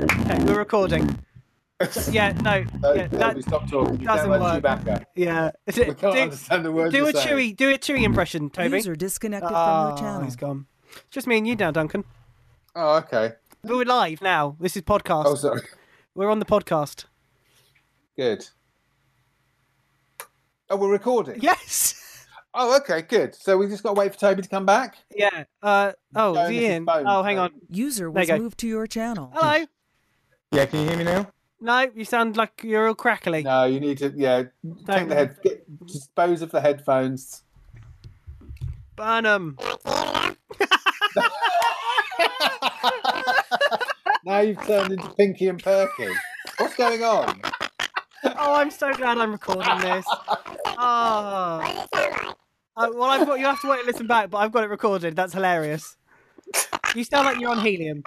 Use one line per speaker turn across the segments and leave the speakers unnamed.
Okay, we're recording. So, yeah, no,
No,
yeah,
no,
that,
we stop talking. You
doesn't
can't
work.
work. Chewbacca.
yeah.
We can't understand the words
do
you're
a
saying.
chewy, do a chewy impression, Toby.
User disconnected from your
Oh,
channel.
he's gone. Just me and you now, Duncan.
Oh, okay.
But we're live now. This is podcast.
Oh, sorry.
We're on the podcast.
Good. Oh, we're recording.
Yes.
Oh, okay, good. So we just got to wait for Toby to come back.
Yeah. Uh. Oh,
Going
is
with
he
his
in?
phone,
Oh, hang
so-
on.
User
There you
was
go.
moved to your channel.
Hello.
Yeah, can you hear me now?
No, you sound like you're all crackly.
No, you need to. Yeah, take the head. Get, dispose of the headphones.
Burn 'em.
Now you've turned into Pinky and Perky. What's going on?
Oh, I'm so glad I'm recording this. Oh. Uh, well, I've got. You have to wait and listen back, but I've got it recorded. That's hilarious. You sound like you're on helium.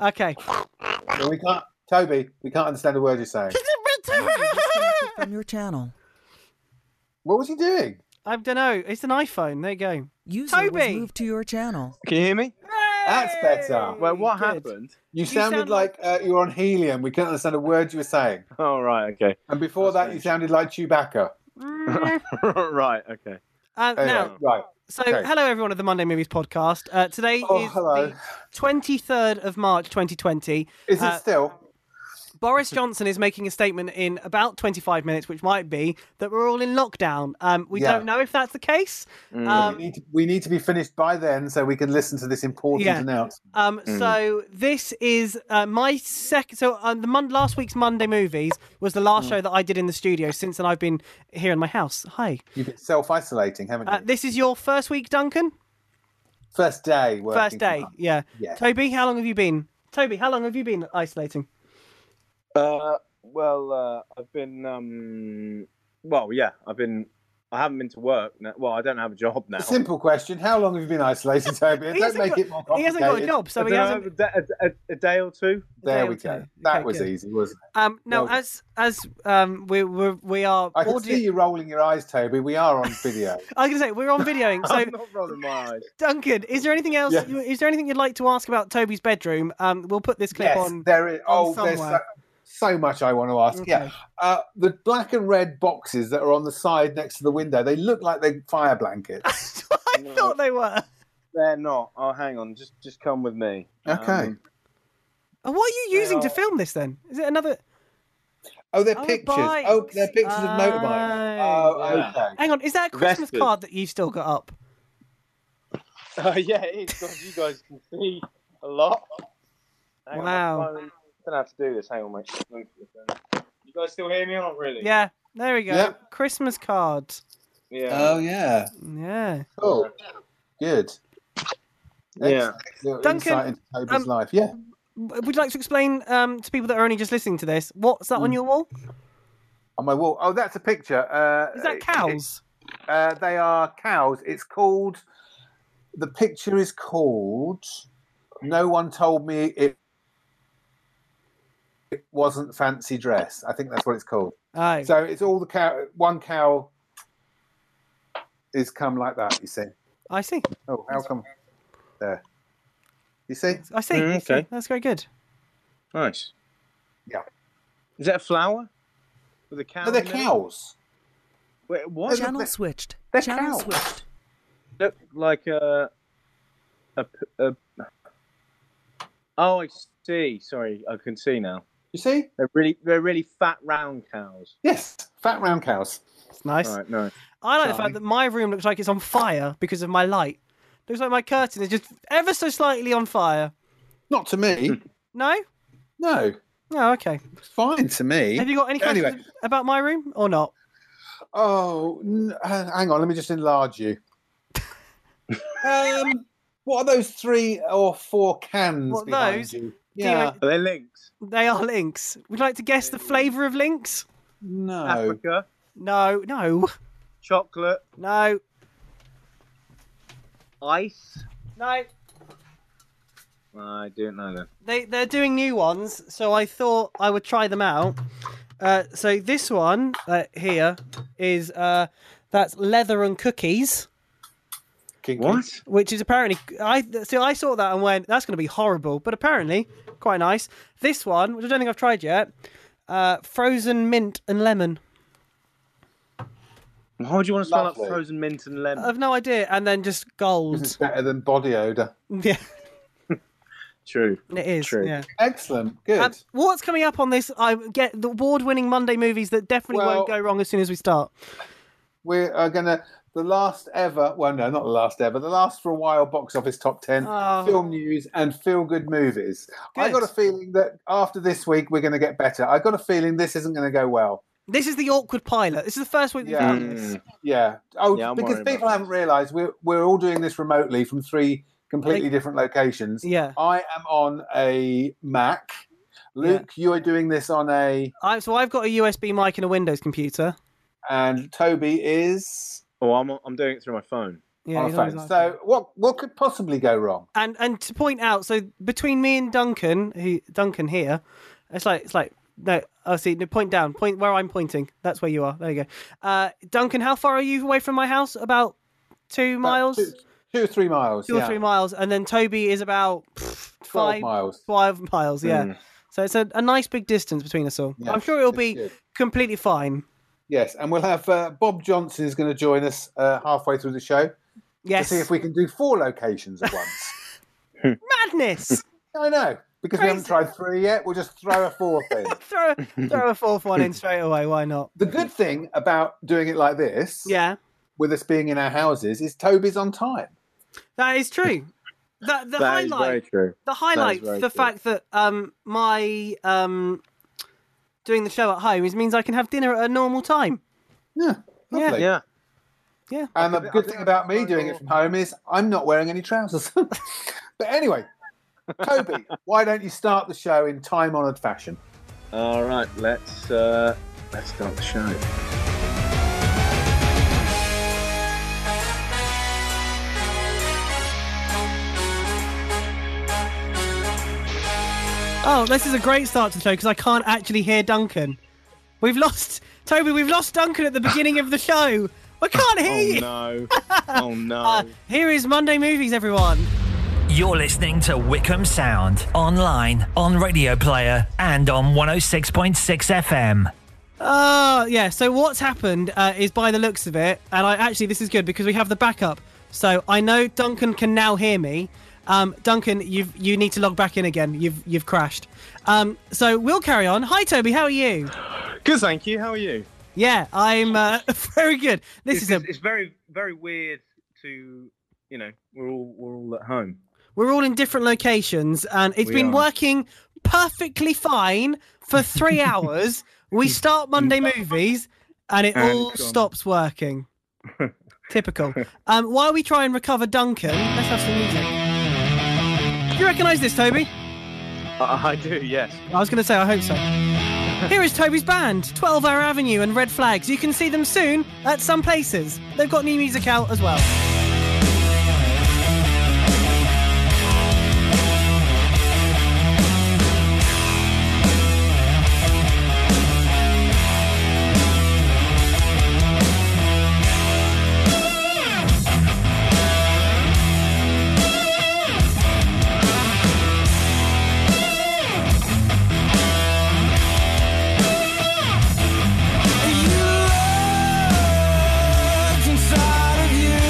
Okay.
Well, we can't. Toby, we can't understand a word you're saying.
Disconnected from your channel.
What was he doing?
I don't know. It's an iPhone. There you go.
User was
Toby!
moved to your channel.
Can you hear me?
That's better.
Well, what
Good.
happened?
You sounded
sound
like uh, you were on helium. We couldn't understand a word you were saying.
Oh, right, okay.
And before
That's
that, you sounded
strange.
like Chewbacca.
Mm.
right, okay.
Uh,
Anyway,
now,
right.
so
okay.
hello everyone of the Monday Movies podcast. Uh, today
Oh,
is
hello.
the 23rd of March 2020.
Is
Uh,
it still?
Boris Johnson is making a statement in about 25 minutes, which might be that we're all in lockdown. Um, we
Yeah.
don't know if that's the case.
Mm.
Um,
we, need to, we need to be finished by then so we can listen to this important
Yeah.
announcement.
Um, So this is uh, my second. So um, the mon- last week's Monday movies was the
Mm.
last show that I did in the studio. Since then, I've been here in my house. Hi.
You've been self isolating, haven't you?
Uh, this is your first week, Duncan.
first day. Working
First day.
from home.
Yeah.
Yeah.
Toby, how long have you been? Toby, how long have you been isolating?
Uh, well, uh, I've been, um, well, yeah, I've been, I haven't been to work. Now. Well, I don't have a job now.
Simple question. How long have you been isolated, Toby?
He
Don't
hasn't
make
got-
it more
He
complicated.
hasn't got a job,
I
so he
dunno,
hasn't.
a, da- a, a- a day or two.
There
day
we
or
go.
two.
That
Okay,
was
good.
easy, wasn't it?
Um, now,
Well done.
as as um, we we we are.
I can
audio-
see you rolling your eyes, Toby. We are on video.
I was gonna say we're on videoing.
I'm
So,
not rolling my eyes.
Duncan, is there anything else?
Yes.
you- Is there anything you'd like to ask about Toby's bedroom? Um, we'll put this clip
yes,
on.
there is. Oh, there's so,
somewhere.
so much I want to ask. Yeah.
Okay.
Uh, the black and red boxes that are on the side next to the window, they look like they're fire blankets.
That's what I
No.
thought they were.
They're not. Oh, hang on. Just, just come with me.
Okay.
Um,
Oh, What are you
They
using to
are-
film this then? Is it another?
Oh, they're
Oh,
pictures.
bikes.
Oh, they're pictures of motorbikes.
Oh.
Oh,
Yeah.
okay.
Hang on, is that a Christmas
Vespas.
card that you've still got up?
Oh yeah, it is. God, you guys can see a lot. Hang on,
Wow.
I'm finally- I'm gonna have to do this. Hang on, mate. You guys still hear me? or Not really.
Yeah, there we go.
Yep.
Christmas card.
Yeah.
Oh, yeah.
Yeah.
Cool. Good.
Yeah.
Excellent
Duncan,
insight into Toby's
um,
life. Yeah.
W- Would you like to explain um, to people that are only just listening to this what's that on your wall?
On my wall. Oh, that's a picture. Uh,
Is that cows?
Uh, they are cows. It's called. The picture is called. No one told me it. It wasn't fancy dress. I think that's what it's called.
Oh,
So it's all the cow. One cow is come like that. You see.
I see.
Oh, how come? There. You see?
I see.
Mm,
I see.
okay.
That's very good.
Nice.
Yeah.
Is that a flower? With a cow?
No, they're
in it?
cows.
Wait, what?
They're-
Channel switched.
they're
Channel
cows.
switched.
Look like a, a, p- a- Oh, I see. Sorry, I can see now.
You see?
They're really, they're really fat, round cows.
Yes, fat round cows.
It's nice.
All right, no.
I like the
Charming.
fact that my room looks like it's on fire because of my light. Looks like my curtain is just ever so slightly on fire.
Not to me.
No?
no,
No, okay.
it's fine to
Have
me.
you got any questions
Anyway.
about my room or not?
Oh, n- uh, hang on. Let me just enlarge you. um, what are those three or four cans
What,
behind
those?
you?
you
Yeah.
Are they links?
They are links. Would you like to guess the flavour of links?
No.
Africa,
No, no,
chocolate,
no,
ice.
no.
I don't know then.
They they're doing new ones, so I thought I would try them out. Uh, so this one uh, here is uh, that's leather and cookies,
Kinky.
What?
which is apparently I so I saw that and went that's going to be horrible, but apparently quite nice. This one, which I don't think I've tried yet, uh, frozen mint and lemon.
Why would you want to smell
Lovely.
like frozen mint and lemon?
I've no idea, and then just
It's
gold.
better than body odor.
yeah,
True.
it is.
True.
Yeah.
Excellent. Good.
Um, what's coming up on this? I get the award-winning Monday movies that definitely
Well-
won't go wrong as soon as we start.
we are going to the last ever well no not the last ever the last for a while box office top 10
Oh.
film news and feel good movies i
Good.
got a feeling that after this week we're going to get better i got a feeling this isn't going to go well
This is the awkward pilot. This is the first week we've
Yeah.
done this.
yeah oh
Yeah, I'm
because
worried about
people
this.
haven't realized we're, we're all doing this remotely from three completely different locations
Yeah.
i am on a mac luke you are doing this on a
I, so I've got a USB mic and a Windows computer.
and toby is
Oh, I'm I'm doing it through my phone.
Yeah.
on a
he's on his
phone
iPhone.
so what what could possibly go wrong
and and to point out, so between me and Duncan, who Duncan here, it's like it's like no. Oh, see, no, point down, point where I'm pointing. That's where you are. There you go. Uh, Duncan, how far are you away from my house? About two miles,
About
two,
two, two or three miles
or
yeah.
three miles, and then Toby is about pff,
12
five,
miles. Hmm.
five miles. Yeah.
Mm.
So it's a, a nice big distance between us all.
Yeah,
I'm sure it'll
it's
be
good.
completely fine.
Yes, and we'll have uh, Bob Johnson is going to join us uh, halfway through the show
Yes.
to see if we can do four locations at once.
Madness.
I know because we haven't tried three yet. We'll just throw a fourth in.
throw a- throw a fourth one in straight away. Why not?
The good thing about doing it like this,
Yeah.
with us being in our houses, is Toby's on time.
That is true. The, the
That is very
highlight,
true.
the highlight,
very
the
true.
fact that um my um doing the show at home is means I can have dinner at a normal time.
Yeah,
Yeah.
lovely.
Yeah.
And the good thing about me doing it from home is I'm not wearing any trousers. but anyway, Toby, why don't you start the show in time-honoured fashion?
All right. Let's uh, let's start the show.
Oh, this is a great start to the show because I can't actually hear Duncan. We've lost Toby. We've lost Duncan at the beginning of the show. I can't hear
Oh
you.
no. Oh no.
Uh, here is Monday movies, everyone.
You're listening to Wickham Sound online, on Radio Player, and on 106.6 FM.
Uh, yeah. So what's happened uh, is by the looks of it, and I actually this is good because we have the backup. So I know Duncan can now hear me. Um, Duncan, you have you need to log back in again. You've you've crashed. Um, so we'll carry on. Hi Toby, how are you?
Good, thank you. How are you?
Yeah, I'm uh, very good. This
It's,
is a
it's very very weird to you know we're all we're all at home.
we're all in different locations, and it's
We
been
are.
working perfectly fine for three hours. We start Monday movies, and it
And
all
it's gone.
stops working. Typical. Um, while we try and recover Duncan, let's have some music. Do you recognise this, Toby?
Uh, I do. Yes.
I was going to say, I hope so. Here is Toby's band, 12 Hour Avenue and Red Flags. You can see them soon at some places. They've got new music out as well.
You locked inside of you.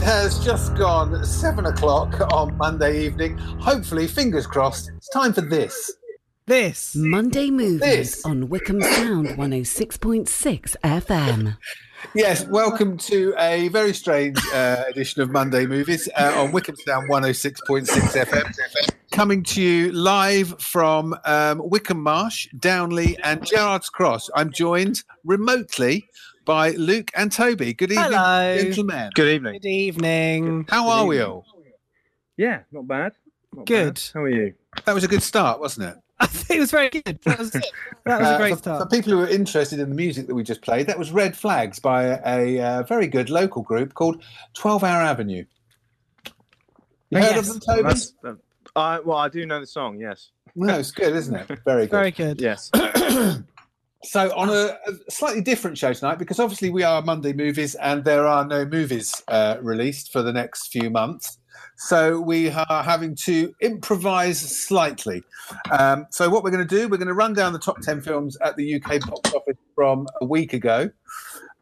has just gone seven o'clock on Monday evening. Hopefully, fingers crossed, it's time for this.
This.
Monday Movies
This.
on Wickham Sound 106.6 FM.
Yes, welcome to a very strange uh, edition of Monday Movies uh, on Wickham Sound 106.6 FM. Coming to you live from um, Wickham Marsh, Downley, and Gerrard's Cross. I'm joined remotely by Luke and Toby. Good evening,
Hello.
gentlemen.
Good evening.
Good evening.
How are we all?
Yeah, not bad. Not
Good.
bad. How are you?
That was a good start, wasn't it?
I think it was very good. That was, that was a
Uh,
great
for,
start.
for people who are interested in the music that we just played, that was Red Flags by a, uh, very good local group called 12 Hour Avenue. You heard
Oh, Yes.
of them, Toby?
That's, uh, I, well, I do know the song. Yes.
No, it's good, isn't it? Very good.
Very good.
Yes.
So, on a, a slightly different show tonight, because obviously we are Monday movies and there are no movies uh, released for the next few months. So, we are having to improvise slightly. Um, so, what we're going to do, we're going to run down the top 10 films at the UK box office from a week ago.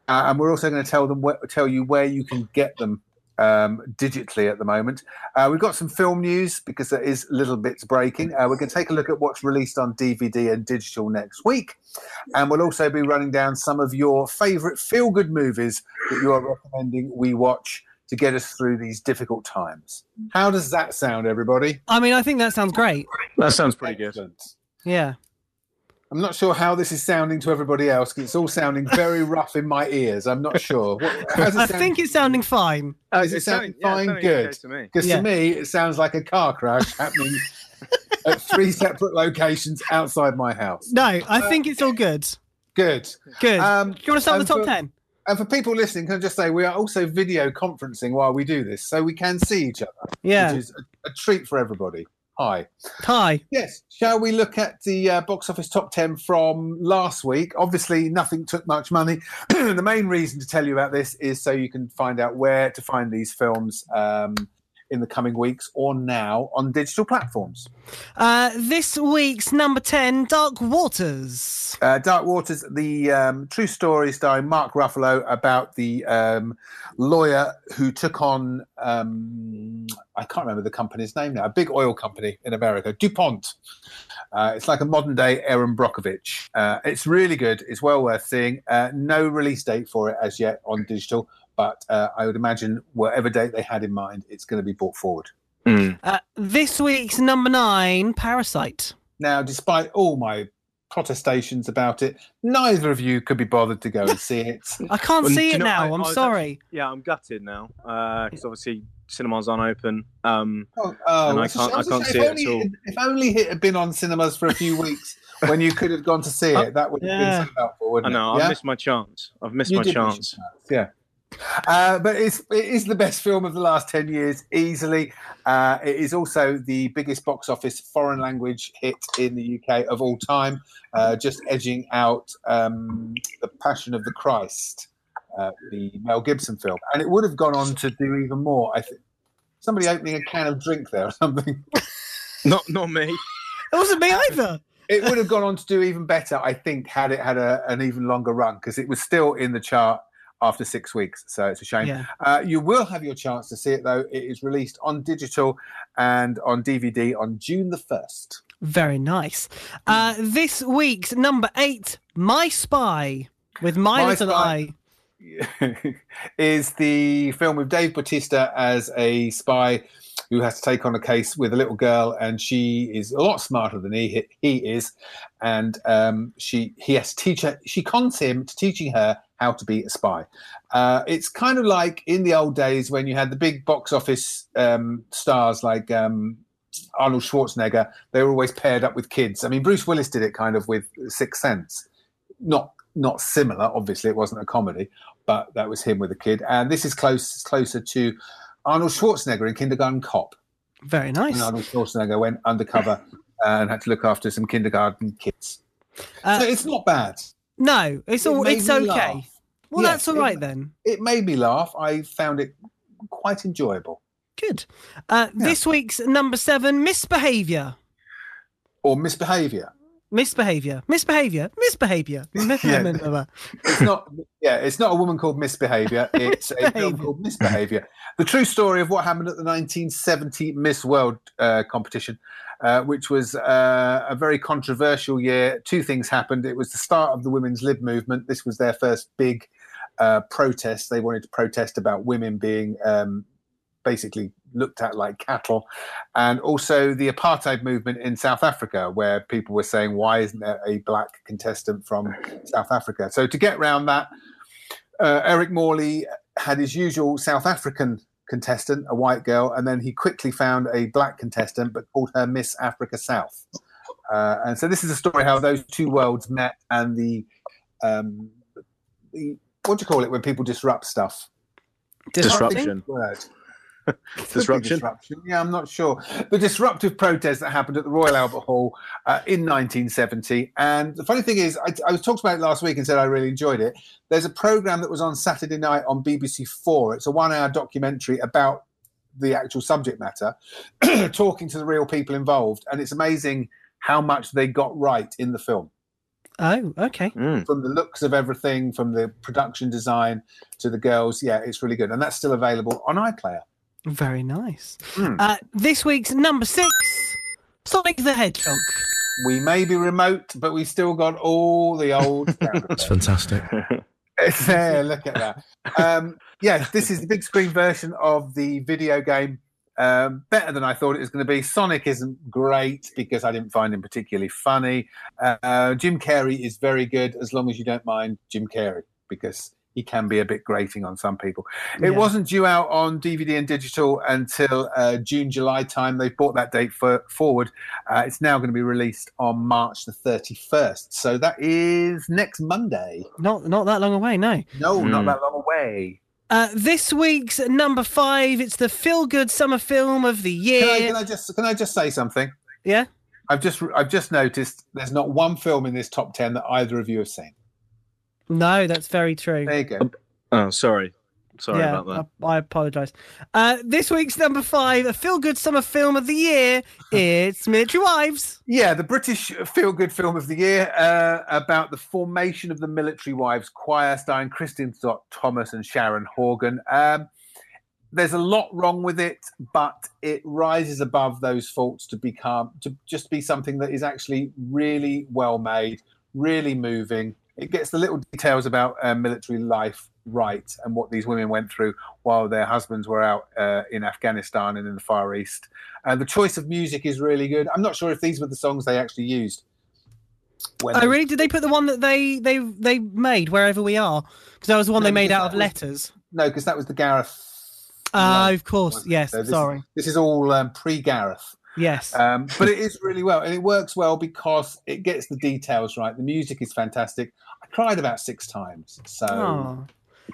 Uh, and we're also going to tell them where, tell you where you can get them um, digitally at the moment. Uh, we've got some film news because there is little bits breaking. Uh, we're going to take a look at what's released on DVD and digital next week. And we'll also be running down some of your favourite feel good movies that you are recommending we watch to get us through these difficult times. How does that sound, everybody?
I mean, I think that sounds great.
that sounds pretty good.
Excellent.
Yeah.
I'm not sure how this is sounding to everybody else 'cause it's all sounding very rough in my ears. I'm not sure. What, how's it
I
sound?
think it's sounding fine.
Oh, is
It's
it sounding
yeah, it's
fine?
sounding okay
good.
to me.
Because
Yeah.
to me, it sounds like a car crash happening at three separate locations outside my house.
No, I think it's all good.
Good.
Good.
Um,
Do you want to start
and
with the top
for-
10?
And for people listening, can I just say we are also video conferencing while we do this, so we can see each other,
Yeah.
which is a, a treat for everybody. Hi.
Hi.
Yes. Shall we look at the uh, box office top 10 from last week? Obviously, nothing took much money. the main reason to tell you about this is so you can find out where to find these films um, in the coming weeks or now on digital platforms.
Uh, this week's number 10, Dark Waters.
Uh, Dark Waters, the um, true story starring Mark Ruffalo about the um, lawyer who took on, um, I can't remember the company's name now, a big oil company in America, DuPont. Uh, it's like a modern day Aaron Brockovich. Uh, it's really good. It's well worth seeing. Uh, no release date for it as yet on digital, but uh, I would imagine whatever date they had in mind, it's going to be brought forward.
Uh, this week's number 9, Parasite.
Now, despite all my protestations about it, neither of you could be bothered to go and see it.
I can't
Well, do
see
you
it
know,
now.
I-
I,
I
am
was
sorry.
Yeah, I'm gutted now because obviously cinemas aren't open. Um,
Oh, oh,
And I
it's a
can't-
shame.
I can't
If
see it at
only-
all.
If only it had been on cinemas for a few weeks when you could have gone to see it, that would have
Yeah.
been so helpful, wouldn't
Uh, I know.
it?
I've
Yeah?
missed my chance. I've missed
You
my
did miss your
chance.
Yeah. Uh, but it's it is the best film of the last ten years easily. Uh, it is also the biggest box office foreign language hit in the UK of all time, uh, just edging out um, the Passion of the Christ, uh, the Mel Gibson film, and it would have gone on to do even more. I think somebody opening a can of drink there or something.
Not not me.
It wasn't me either.
it would have gone on to do even better, I think, had it had a, an even longer run because it was still in the chart after six weeks. So it's a shame.
Yeah.
Uh, you will have your chance to see it though. It is released on digital and on DVD on June the first.
Very nice. Uh, this week's number 8, My Spy. With my,
My
little
Spy.
eye.
is the film with Dave Bautista as a spy who has to take on a case with a little girl, and she is a lot smarter than he he is, and um, she he has to teach her. She cons him to teaching her how to be a spy. Uh, it's kind of like in the old days when you had the big box office um, stars like. Um, Arnold Schwarzenegger, they were always paired up with kids. I mean, Bruce Willis did it kind of with Sixth Sense. Not not similar, obviously, it wasn't a comedy, but that was him with a kid. And this is close closer to Arnold Schwarzenegger in Kindergarten Cop.
Very
When
nice.
Arnold Schwarzenegger went undercover and had to look after some kindergarten kids.
Uh,
so it's not bad.
No, it's
It
all.
made
It's
me
okay.
laugh.
Well,
Yes,
that's all
it
right
ma-
then.
It made me laugh. I found it quite enjoyable.
Good. Uh, This week's number seven, misbehaviour.
Or misbehaviour.
Misbehavior. Misbehavior. Misbehavior. Misbehavior.
It's not. Yeah, it's not a woman called Misbehaviour. It's a film
Misbehaviour.
called Misbehaviour. The true story of what happened at the 1970 Miss World uh, competition, uh, which was uh, a very controversial year. Two things happened. It was the start of the women's lib movement. This was their first big uh, protest. They wanted to protest about women being um, basically looked at like cattle, and also the apartheid movement in South Africa, where people were saying, "Why isn't there a black contestant from South Africa?" So to get round that, uh, Eric Morley had his usual South African contestant, a white girl, and then he quickly found a black contestant, but called her Miss Africa South. Uh, and so this is a story how those two worlds met, and the, um, the what do you call it when people disrupt stuff?
Disruption.
word. Could be
Disruption?
disruption. Yeah, I'm not sure. The disruptive protest that happened at the Royal Albert Hall uh, in 1970. And the funny thing is, I, I was talked about it last week and said I really enjoyed it. There's a program that was on Saturday night on BBC Four. It's a one-hour documentary about the actual subject matter, talking to the real people involved, and it's amazing how much they got right in the film
Oh, okay.
Mm.
from the looks of everything, from the production design to the girls. Yeah, it's really good, and that's still available on iPlayer.
Very nice.
Hmm.
Uh, this week's number six Sonic the Hedgehog.
We may be remote, but we've still got all the old.
That's fantastic.
it's there. Look at that. Um, yes, this is the big screen version of the video game. Um, better than I thought it was going to be. Sonic isn't great because I didn't find him particularly funny. Uh, Jim Carrey is very good as long as you don't mind Jim Carrey because he can be a bit grating on some people. It
Yeah.
wasn't due out on DVD and digital until uh, June, July time. They've brought that date for, forward. Uh, it's now going to be released on March the 31st. So that is next Monday.
Not not that long away, no.
No, not
Hmm.
that long away.
Uh, this week's number five, it's the feel good summer film of the year.
Can I, can I just can I just say something?
Yeah?
I've just I've just noticed there's not one film in this top ten that either of you have seen.
No, that's very true.
There you go.
Oh, sorry. Sorry
yeah,
about that.
I, I apologise. Uh, this week's number five, a feel good summer film of the year, it's Military Wives.
Yeah, the British feel-good film of the year uh, about the formation of the Military Wives Choir, starring Kristen Scott Thomas and Sharon Horgan. Um, there's a lot wrong with it, but it rises above those faults to become to just be something that is actually really well made, really moving. It gets the little details about uh, military life right and what these women went through while their husbands were out uh, in Afghanistan and in the Far East. Uh, the choice of music is really good. I'm not sure if these were the songs they actually used. When
Oh,
they-
really? Did they put the one that they they they made wherever we are? Because that was the one
No,
they made
because
out
that
of
was-
letters.
No, because that was the Gareth.
Ah,
No,
of course.
wasn't.
Yes.
So this is-
sorry.
This is all um, pre-Gareth.
Yes.
Um, but it is really well, and it works well because it gets the details right. The music is fantastic. I cried about six times, so
Oh.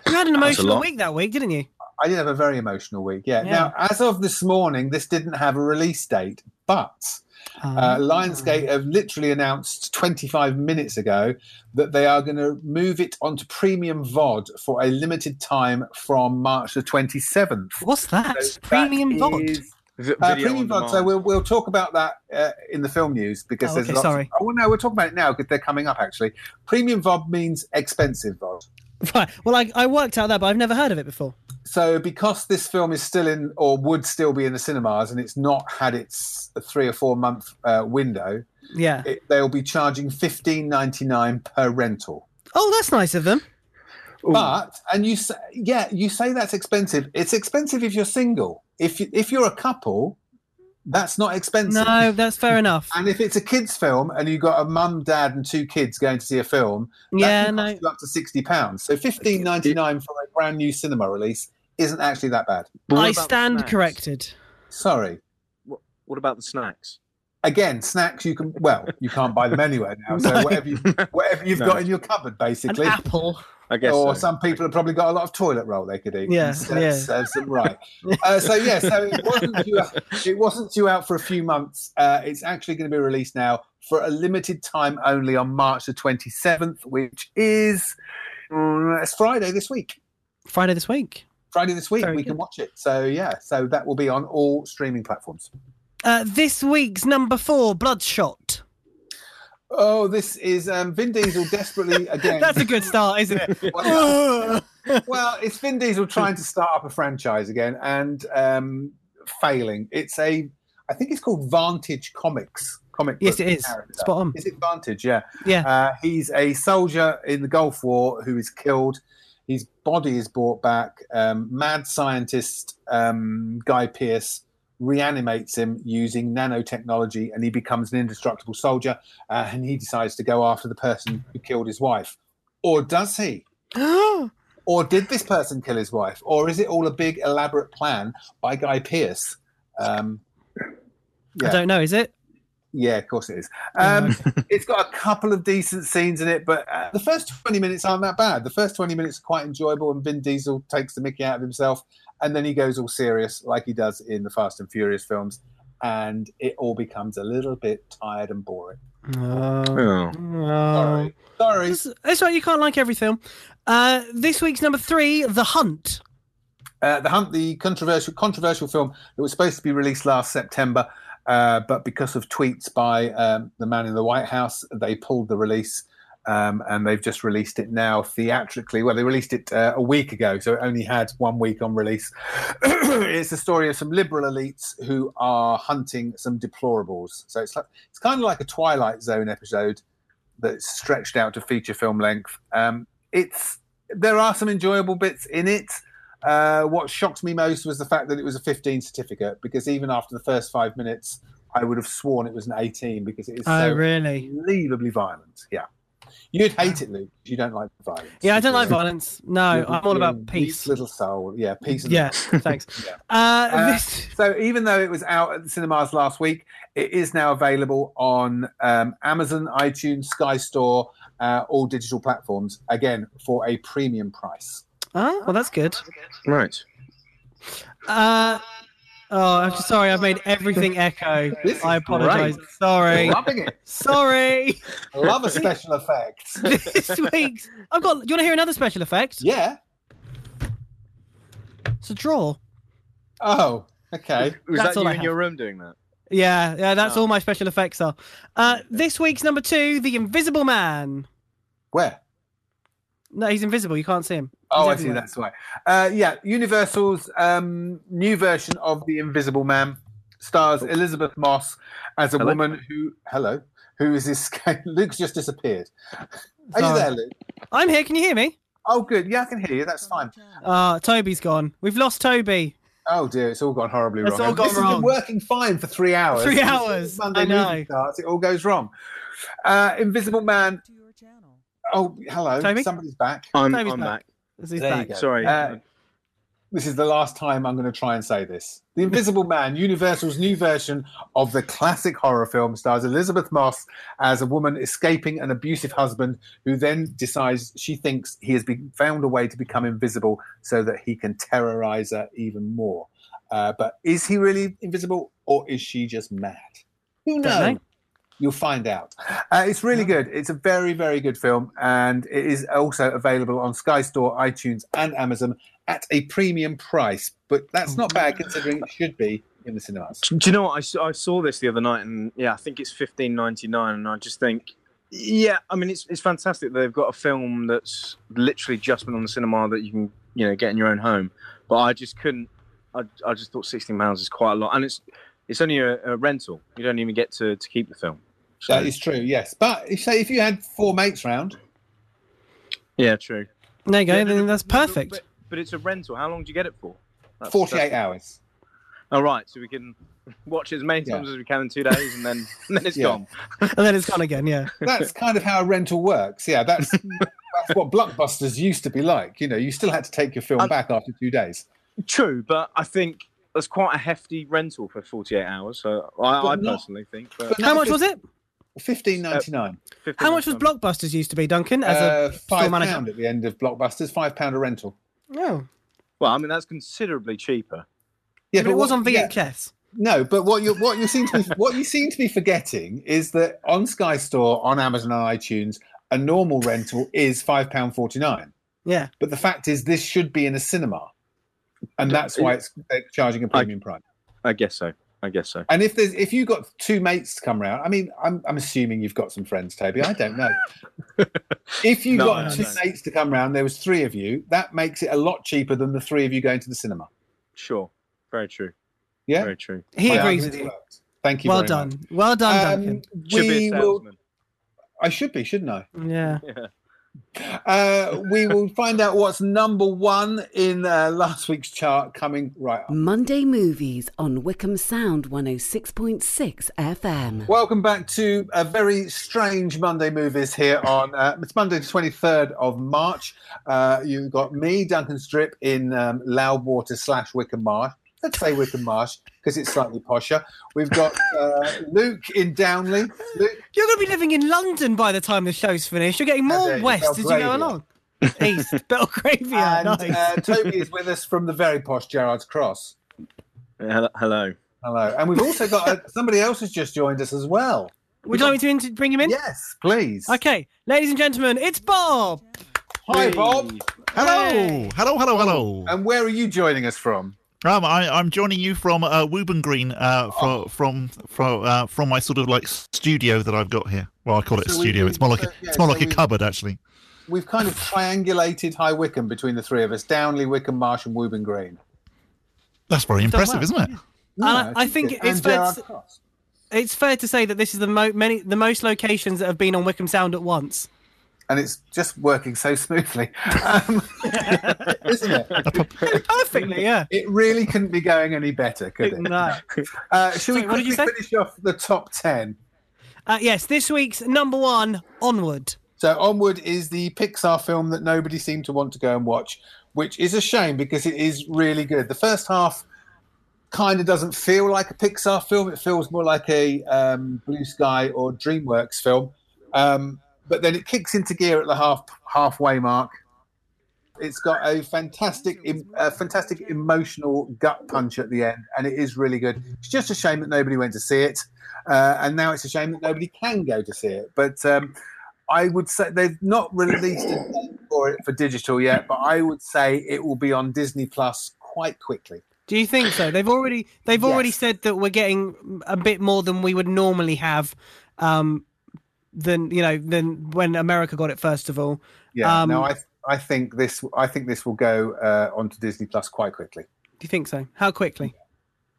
You had an
That was a
emotional
lot.
week that week, didn't you?
I did have a very emotional week. Yeah.
Yeah.
Now, as of this morning, this didn't have a release date, but
Um, Ah.
uh, Lionsgate have literally announced 25 minutes ago that they are going to move it onto premium VOD for a limited time from March the 27th.
What's that?
So that
uh, Premium VOD.
is-
V-
Uh,
video
premium
on
VOD. So
demand.
we'll, we'll talk about that uh, in the film news because
Oh,
there's
okay,
lots.
sorry.
Of, oh well, no, we'll talk about it now because they're coming up actually. Premium VOD means expensive VOD.
Right. Well, I, I worked out that, but I've never heard of it before.
So because this film is still in or would still be in the cinemas and it's not had its three or four month uh, window,
Yeah.
it, they'll be charging fifteen ninety nine per rental.
Oh, that's nice of them.
But and you say yeah, you say that's expensive. It's expensive if you're single. If you, if you're a couple, that's not expensive.
No, that's fair enough.
And if it's a kids' film and you've got a mum, dad, and two kids going to see a film, that
Yeah.
can
No.
cost you up to sixty pounds. So fifteen ninety nine for a brand new cinema release isn't actually that bad.
But what
I
about the
stand
snacks?
corrected.
Sorry.
What about the snacks?
Again, snacks you can well, you can't buy them anywhere now. So
No.
whatever you whatever you've
No.
got in your cupboard
An
basically.
apple.
I guess.
or
so.
some people have probably got a lot of toilet roll they could eat.
Yeah,
and so-
yeah.
Serves them right. uh, so yeah, so it wasn't due out, it wasn't due out for a few months. Uh, it's actually going to be released now for a limited time only on March the twenty seventh, which is mm, it's Friday this week.
Friday this week.
Friday this week
Very
we
good.
can watch it. So yeah, so that will be on all streaming platforms.
Uh, this week's number four, Bloodshot.
Oh, this is um, Vin Diesel desperately again.
That's a good start, isn't it?
well, well, it's Vin Diesel trying to start up a franchise again and um, failing. It's a, I think it's called Vantage Comics. Comic
Yes,
book
it is.
character.
Spot on.
Is it Vantage? Yeah.
Yeah.
Uh, he's a soldier in the Gulf War who is killed. His body is brought back. Um, mad scientist um, Guy Pearce reanimates him using nanotechnology, and he becomes an indestructible soldier. Uh, and he decides to go after the person who killed his wife, or does he? or did this person kill his wife? Or is it all a big elaborate plan by Guy Pearce? Um,
I don't know, is it?
yeah, of course it is. Um, it's got a couple of decent scenes in it, but uh, the first 20 minutes aren't that bad. The first 20 minutes are quite enjoyable, and Vin Diesel takes the mickey out of himself, and then he goes all serious, like he does in the Fast and Furious films, and it all becomes a little bit tired and boring.
Oh,
Oh.
Sorry. Sorry.
Uh, It's, it's right, you can't like every film. Uh, this week's number three, The Hunt.
Uh, the Hunt, the controversial controversial film that was supposed to be released last September, uh, but because of tweets by um, the man in the White House, they pulled the release, um, and they've just released it now theatrically. Well, they released it uh, a week ago, so it only had one week on release. it's the story of some liberal elites who are hunting some deplorables. So it's like, it's kind of like a Twilight Zone episode that's stretched out to feature film length. Um, it's there are some enjoyable bits in it. Uh, what shocked me most was the fact that it was a 15 certificate because even after the first five minutes, I would have sworn it was an 18 because it is
Oh,
so
really?
unbelievably violent. Yeah, you'd hate it, Luke. You don't like violence.
Yeah, I don't like
You're-
violence. No,
you're-
I'm all
you're a
about
weak
peace.
Little soul. Yeah, peace. And
Yeah, thanks.
Yeah.
Uh,
Uh,
this,
so even though it was out at the cinemas last week, it is now available on um, Amazon, iTunes, Sky Store, uh, all digital platforms. Again, for a premium price.
ah, well, that's good.
Right.
Uh, oh, I'm just sorry. I've made everything echo.
This is
I apologise. Sorry.
Loving it.
Sorry.
Love a special effect.
this week's. I've got. Do you want to hear another special effect?
Yeah.
It's a draw.
Oh, okay.
Was
That's
that
all
you
I
in
have.
your room doing that?
Yeah, yeah. That's
Oh.
all my special effects are. Uh, this week's number two, The Invisible Man.
Where?
No, he's invisible. You can't see him.
Oh, I
He's
see.
everywhere.
That's why. Uh, yeah, Universal's um, new version of The Invisible Man
Oh.
stars Elizabeth Moss as a
Hello?
woman who, hello, who is escaped. Luke's just disappeared. Are you
Sorry.
there, Luke?
I'm here. Can you hear me?
Oh, good. Yeah, I can hear you. That's fine.
Uh, Toby's gone. We've lost Toby.
Oh dear, it's all gone horribly
It's
wrong.
all
And
gone
this has
wrong.
been working fine for three hours.
Three
As soon as
hours,
Monday
I know.
movie starts, it all goes wrong. Uh, Invisible Man.
To your channel.
Oh, hello.
Tommy?
Somebody's back.
I'm,
Toby's
I'm
back.
back.
As he's
There you
back.
go.
Sorry.
Uh, this is the last time I'm going to try and say this. The Invisible Man, Universal's new version of the classic horror film, stars Elizabeth Moss as a woman escaping an abusive husband who then decides she thinks he has been found a way to become invisible so that he can terrorize her even more. Uh, but is he really invisible or is she just mad? Who
Don't know.
knows? You'll find out. Uh, it's really good. It's a very, very good film, and it is also available on Sky Store, iTunes, and Amazon at a premium price. But that's not bad
Mm.
considering it should be in the cinemas.
do you know what? I s- I, saw this the other night, and yeah, I think it's fifteen ninety nine, and I just think, yeah, I mean, it's it's fantastic that they've got a film that's literally just been on the cinema that you can you know get in your own home. But I just couldn't. I, I just thought sixteen pounds is quite a lot, and it's it's only a, a rental. You don't even get to, to keep the film. So,
That is true, yes. But if, say if you had four mates round,
yeah, true.
There you go.
Yeah, no,
then
no,
that's
no, no,
perfect.
But, but it's a rental. How long do you get it for? That's-
48
that's-
hours.
All right, so we can watch it as many
Yeah.
times as we can in two days, and then and then it's
Yeah.
gone.
And then it's gone again. Yeah.
That's kind of how a rental works. Yeah, that's that's what blockbusters used to be like. You know, you still had to take your film
Um,
back after two days.
True, but I think that's quite a hefty rental for 48 hours. So I, I
But not-
personally think.
but
But
How
No,
much
fif-
was it?
15.99.
How much was Blockbusters used to be, Duncan? uh, As a
uh, five
store manager. Oh.
pound at the end of blockbusters. Five pound a rental.
No.
Well, I mean that's considerably cheaper.
Yeah,
but it was
what-
on
yeah,
VHS.
no, but what you what you seem to be, what you seem to be forgetting is that on Sky Store, on Amazon, and iTunes, a normal rental is five pound forty nine.
Yeah.
But the fact is, this should be in a cinema, and that's why it's they're charging a premium price.
I guess so. I guess so.
And if there's if you got two mates come round, I mean, I'm I'm assuming you've got some friends, Toby. I don't know. if you
No,
got
no,
two
no.
mates to come round, there was three of you. That makes it a lot cheaper than the three of you going to the cinema.
Sure. Very true.
Yeah,
Very true.
He
My
agrees
argument's
with you.
worked. Thank you.
Well
very
done.
much.
Well done,
Um,
Should be
we
a
will,
salesman.
I should be, shouldn't I?
Duncan. Yeah.
Yeah.
Uh, we will find out what's number one in uh, last week's chart coming right up.
Monday Movies on Wickham Sound 106.6 FM.
Welcome back to a very strange Monday movies here on uh, it's Monday the 23rd of March. Uh, you've got me, Duncan Strip, in um, Loudwater slash Wickham Marsh. Let's say Wickham Marsh because it's slightly posher. We've got uh, Luke in Downley. Luke,
You're going to be living in London by the time the show's finished. You're getting more
dare you,
west as you go
Belgravia.
along. East, Belgravia.
and
nice.
uh, Toby is with us from the very posh Gerard's Cross.
Hello- Hello.
Hello. And we've also got uh somebody else has just joined us as well.
Would you like me to int- bring him in?
Yes, please.
Okay, ladies and gentlemen, it's Bob.
Hi, Bob.
Hello,
Hey.
hello, hello, hello.
And where are you joining us from?
Um, I, I'm joining you from uh, Woburn Green, uh,
Oh.
from from from, uh, from my sort of like studio that I've got here. Well, I call it
So
a
we-
studio.
we-
it's more like
so,
a,
yeah,
it's more
so
like a
we-
cupboard actually.
We've kind of triangulated High Wycombe between the three of us: Downley, Wickham, Marsh, and Woburn Green.
That's very
done
impressive,
well.
isn't it?
I-
Yeah,
I think
good.
it's
And
fair to
Gerard
s-
Cross.
It's fair to say that this is the mo- many the most locations that have been on Wickham Sound at once.
and it's just working so smoothly, um, isn't it?
Perfectly, yeah.
It really couldn't be going any better, could it?
No.
Uh, should we
Sorry, what did
quickly
you
finish off the top ten?
Uh, yes, this week's number one, Onward.
So, Onward is the Pixar film that nobody seemed to want to go and watch, which is a shame because it is really good. The first half kind of doesn't feel like a Pixar film, it feels more like a um, Blue Sky or DreamWorks film. Um, but then it kicks into gear at the half halfway mark. It's got a fantastic, em- a fantastic emotional gut punch at the end, and it is really good. It's just a shame that nobody went to see it, uh, and now it's a shame that nobody can go to see it. But um, I would say they've not released a date for it for digital yet, but I would say it will be on Disney Plus quite quickly.
Do you think so? They've already they've already
Yes.
said that we're getting a bit more than we would normally have, um, than you know than when America got it first of all.
Yeah.
Um,
no, I I think this I think this will go uh, onto Disney Plus quite quickly.
Do you think so? How quickly?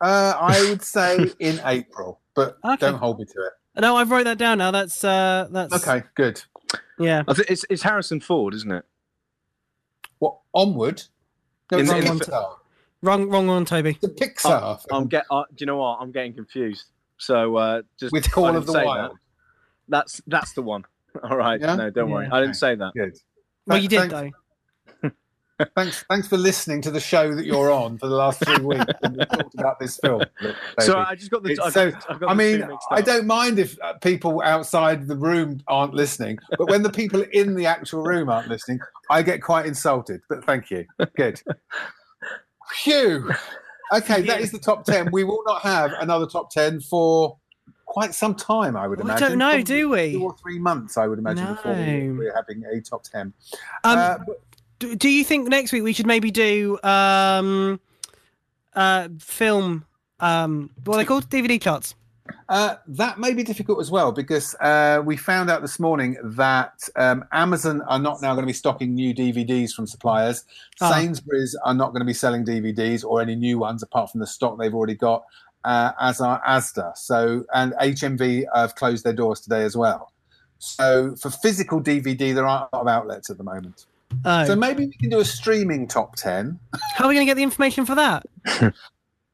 Uh, I would say in April, but
Okay.
don't hold me to it.
Uh, No, I've wrote that down now. That's uh, that's
Okay, good.
Yeah,
I think it's, it's Harrison Ford, isn't it?
What onward? No,
In
it's
the-
Pixar.
in the-
wrong wrong one, Toby.
It's a Pixar film
I'm get. Uh, do you know what? I'm getting confused. So uh, just
with
I
Call
didn't
of the
say that.
Wild.
That's that's the one. All right.
Yeah?
No, don't worry.
Yeah.
I didn't say that.
Good.
Well, you did
Thanks-
though.
Thanks, thanks for listening to the show that you're on for the last three weeks. and we talked about this film.
So
David.
I just got the.
It's
I, got,
so-
got the
I mean,
two mixed
I
up.
don't mind if uh, people outside the room aren't listening, but when the people in the actual room aren't listening, I get quite insulted. But thank you. Good. Phew. Okay, that is the top 10. We will not have another top 10 for quite some time, I would
We
imagine.
don't know,
Probably
do we?
Two or three months, I would imagine, before we-
No.
we're having a top 10.
Um,
Uh,
do, do you think next week we should maybe do um, uh, film? Um, what are they called? DVD charts.
Uh, that may be difficult as well because uh, we found out this morning that um, Amazon are not now going to be stocking new DVDs from suppliers.
Ah.
Sainsbury's are not going to be selling DVDs or any new ones apart from the stock they've already got, uh, as are ASDA. So, and HMV have closed their doors today as well. So, for physical DVD, there aren't a lot of outlets at the moment.
Oh.
So, maybe we can do a streaming top 10.
How are we going to get the information for that?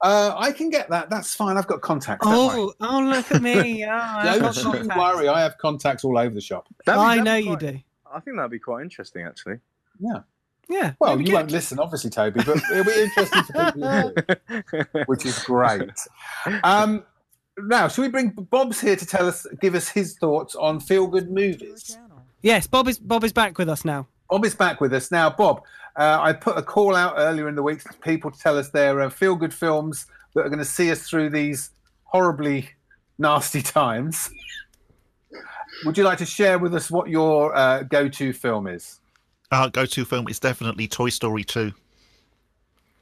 Uh, I can get that. That's fine. I've got contacts. don't worry.
Oh, oh, look at me! Oh, I've got
Don't you
contacts.
worry. I have contacts all over the shop.
That'd be-
I
that'd be
know you
quite-
do.
I think that'd be quite interesting, actually.
Yeah.
Well,
maybe
you
get-
won't listen, obviously, Toby, but it'll be interesting for people who do, which is great. Um, now, should we bring Bob's here to tell us, give us his thoughts on feel good movies?
Yes, Bob is Bob is back with us now.
Bob is back with us now. Bob, uh, I put a call out earlier in the week for people to tell us their uh, feel good films that are going to see us through these horribly nasty times. Would you like to share with us what your uh, go to film is?
uh, Our go-to film is definitely Toy Story 2.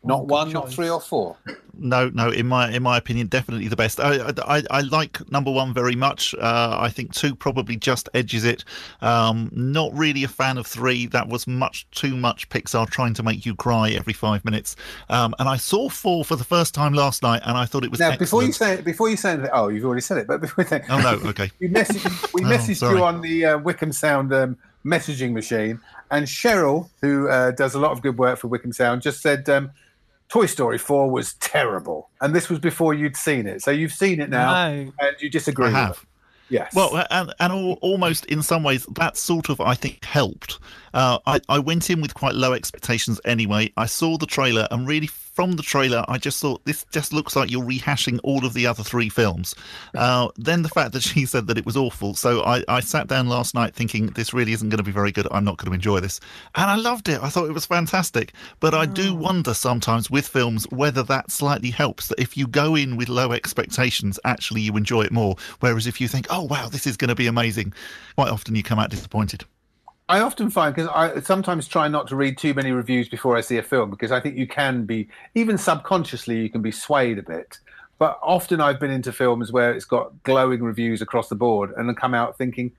Not
good
one, not
choice.
three or four.
No, no. In my in my opinion, definitely the best. I I, I like number one very much. Uh, I think two probably just edges it. Um, not really a fan of three. That was much too much Pixar trying to make you cry every five minutes. Um, and I saw four for the first time last night, and I thought it was.
Now, before you
excellent.
say before you say anything, oh, you've already said it. But before you say,
Oh no. Okay.
we messaged, we
Oh,
messaged
sorry.
you on the uh, Wickham Sound um, messaging machine, and Cheryl, who uh, does a lot of good work for Wickham Sound, just said um, Toy Story Four was terrible, and this was before you'd seen it. So you've seen it now,
No.
and you disagree.
I
with
have.
it. Yes.
Well, and, and al- almost in some ways, that sort of, I think, helped. Uh, I, I went in with quite low expectations anyway. I saw the trailer, and really from the trailer, I just thought this just looks like you're rehashing all of the other three films. Uh, then the fact that she said that it was awful. So I, I sat down last night thinking this really isn't going to be very good. I'm not going to enjoy this. And I loved it. I thought it was fantastic. But I do wonder sometimes with films whether that slightly helps that if you go in with low expectations, actually you enjoy it more. Whereas if you think, oh, wow, this is going to be amazing, quite often you come out disappointed.
I often find because I sometimes try not to read too many reviews before I see a film because I think you can be even subconsciously you can be swayed a bit. But often I've been into films where it's got glowing reviews across the board and then come out thinking,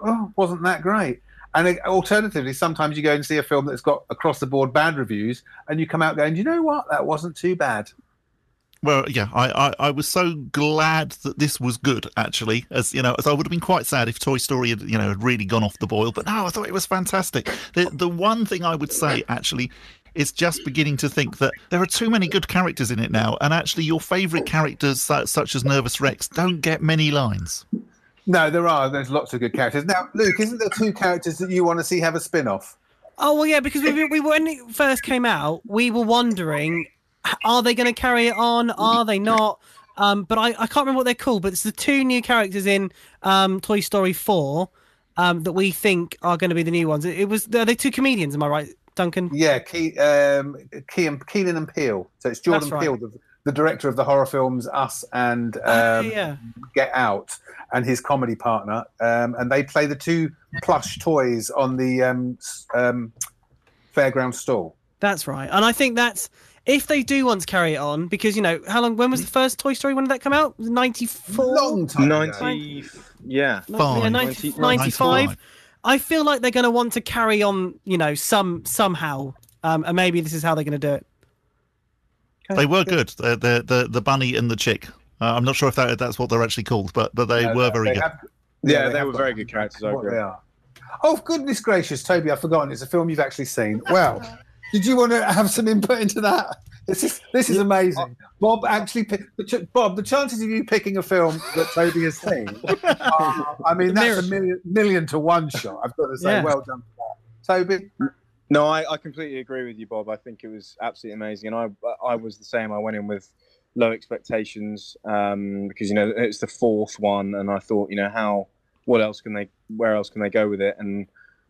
"Oh, wasn't that great?" And it- alternatively, sometimes you go and see a film that's got across the board bad reviews and you come out going, "You know what? That wasn't too bad."
Well, yeah, I, I, I was so glad that this was good, actually, as you know, as I would have been quite sad if Toy Story had, you know, had really gone off the boil. But no, I thought it was fantastic. The, the one thing I would say, actually, is just beginning to think that there are too many good characters in it now. And actually, your favourite characters, su- such as Nervous Rex, don't get many lines.
No, there are. There's lots of good characters. Now, Luke, isn't there two characters that you want to see have a spin-off?
Oh well, yeah, because we, we when it first came out, we were wondering, h- are they going to carry it on? Are they not? Um, but I, I can't remember what they're called. But it's the two new characters in um, Toy Story Four um, that we think are going to be the new ones. It, it was are they two comedians? Am I right, Duncan?
Yeah, Ke- um, Kean, Keenan and Peele. So it's Jordan
That's right.
Peele, the, the director of the horror films Us and um,
Uh, yeah.
Get Out, and his comedy partner. Um, and they play the two plush toys on the um, s- um, fairground stall.
That's right. And I think that's if they do want to carry it on, because you know, how long when was the first Toy Story? When did that come out? Ninety four?
Long time. ago.
90, yeah.
Five.
95.
95.
I feel like they're going to want to carry on, you know, some somehow. Um, and maybe this is how they're going to do it.
They were good. The, the, the, the bunny and the chick. Uh, I'm not sure if that, that's what they're actually called, but, but they
No,
were very
they
good.
have-
Yeah, they
have
were
got-
very good characters, I
What
agree.
they are. Oh, goodness gracious, Toby, I've forgotten. It's a film you've actually seen. Wow. Did you want to have some input into that? This is this is amazing. Bob actually, pick, the ch- Bob, the chances of you picking a film that Toby has seen, are- I mean, that's a million, million to one shot. I've got to say,
Yeah.
well done for that, Toby.
No, I, I completely agree with you, Bob. I think it was absolutely amazing, and I I was the same. I went in with low expectations um, because you know it's the fourth one, and I thought you know how what else can they where else can they go with it, and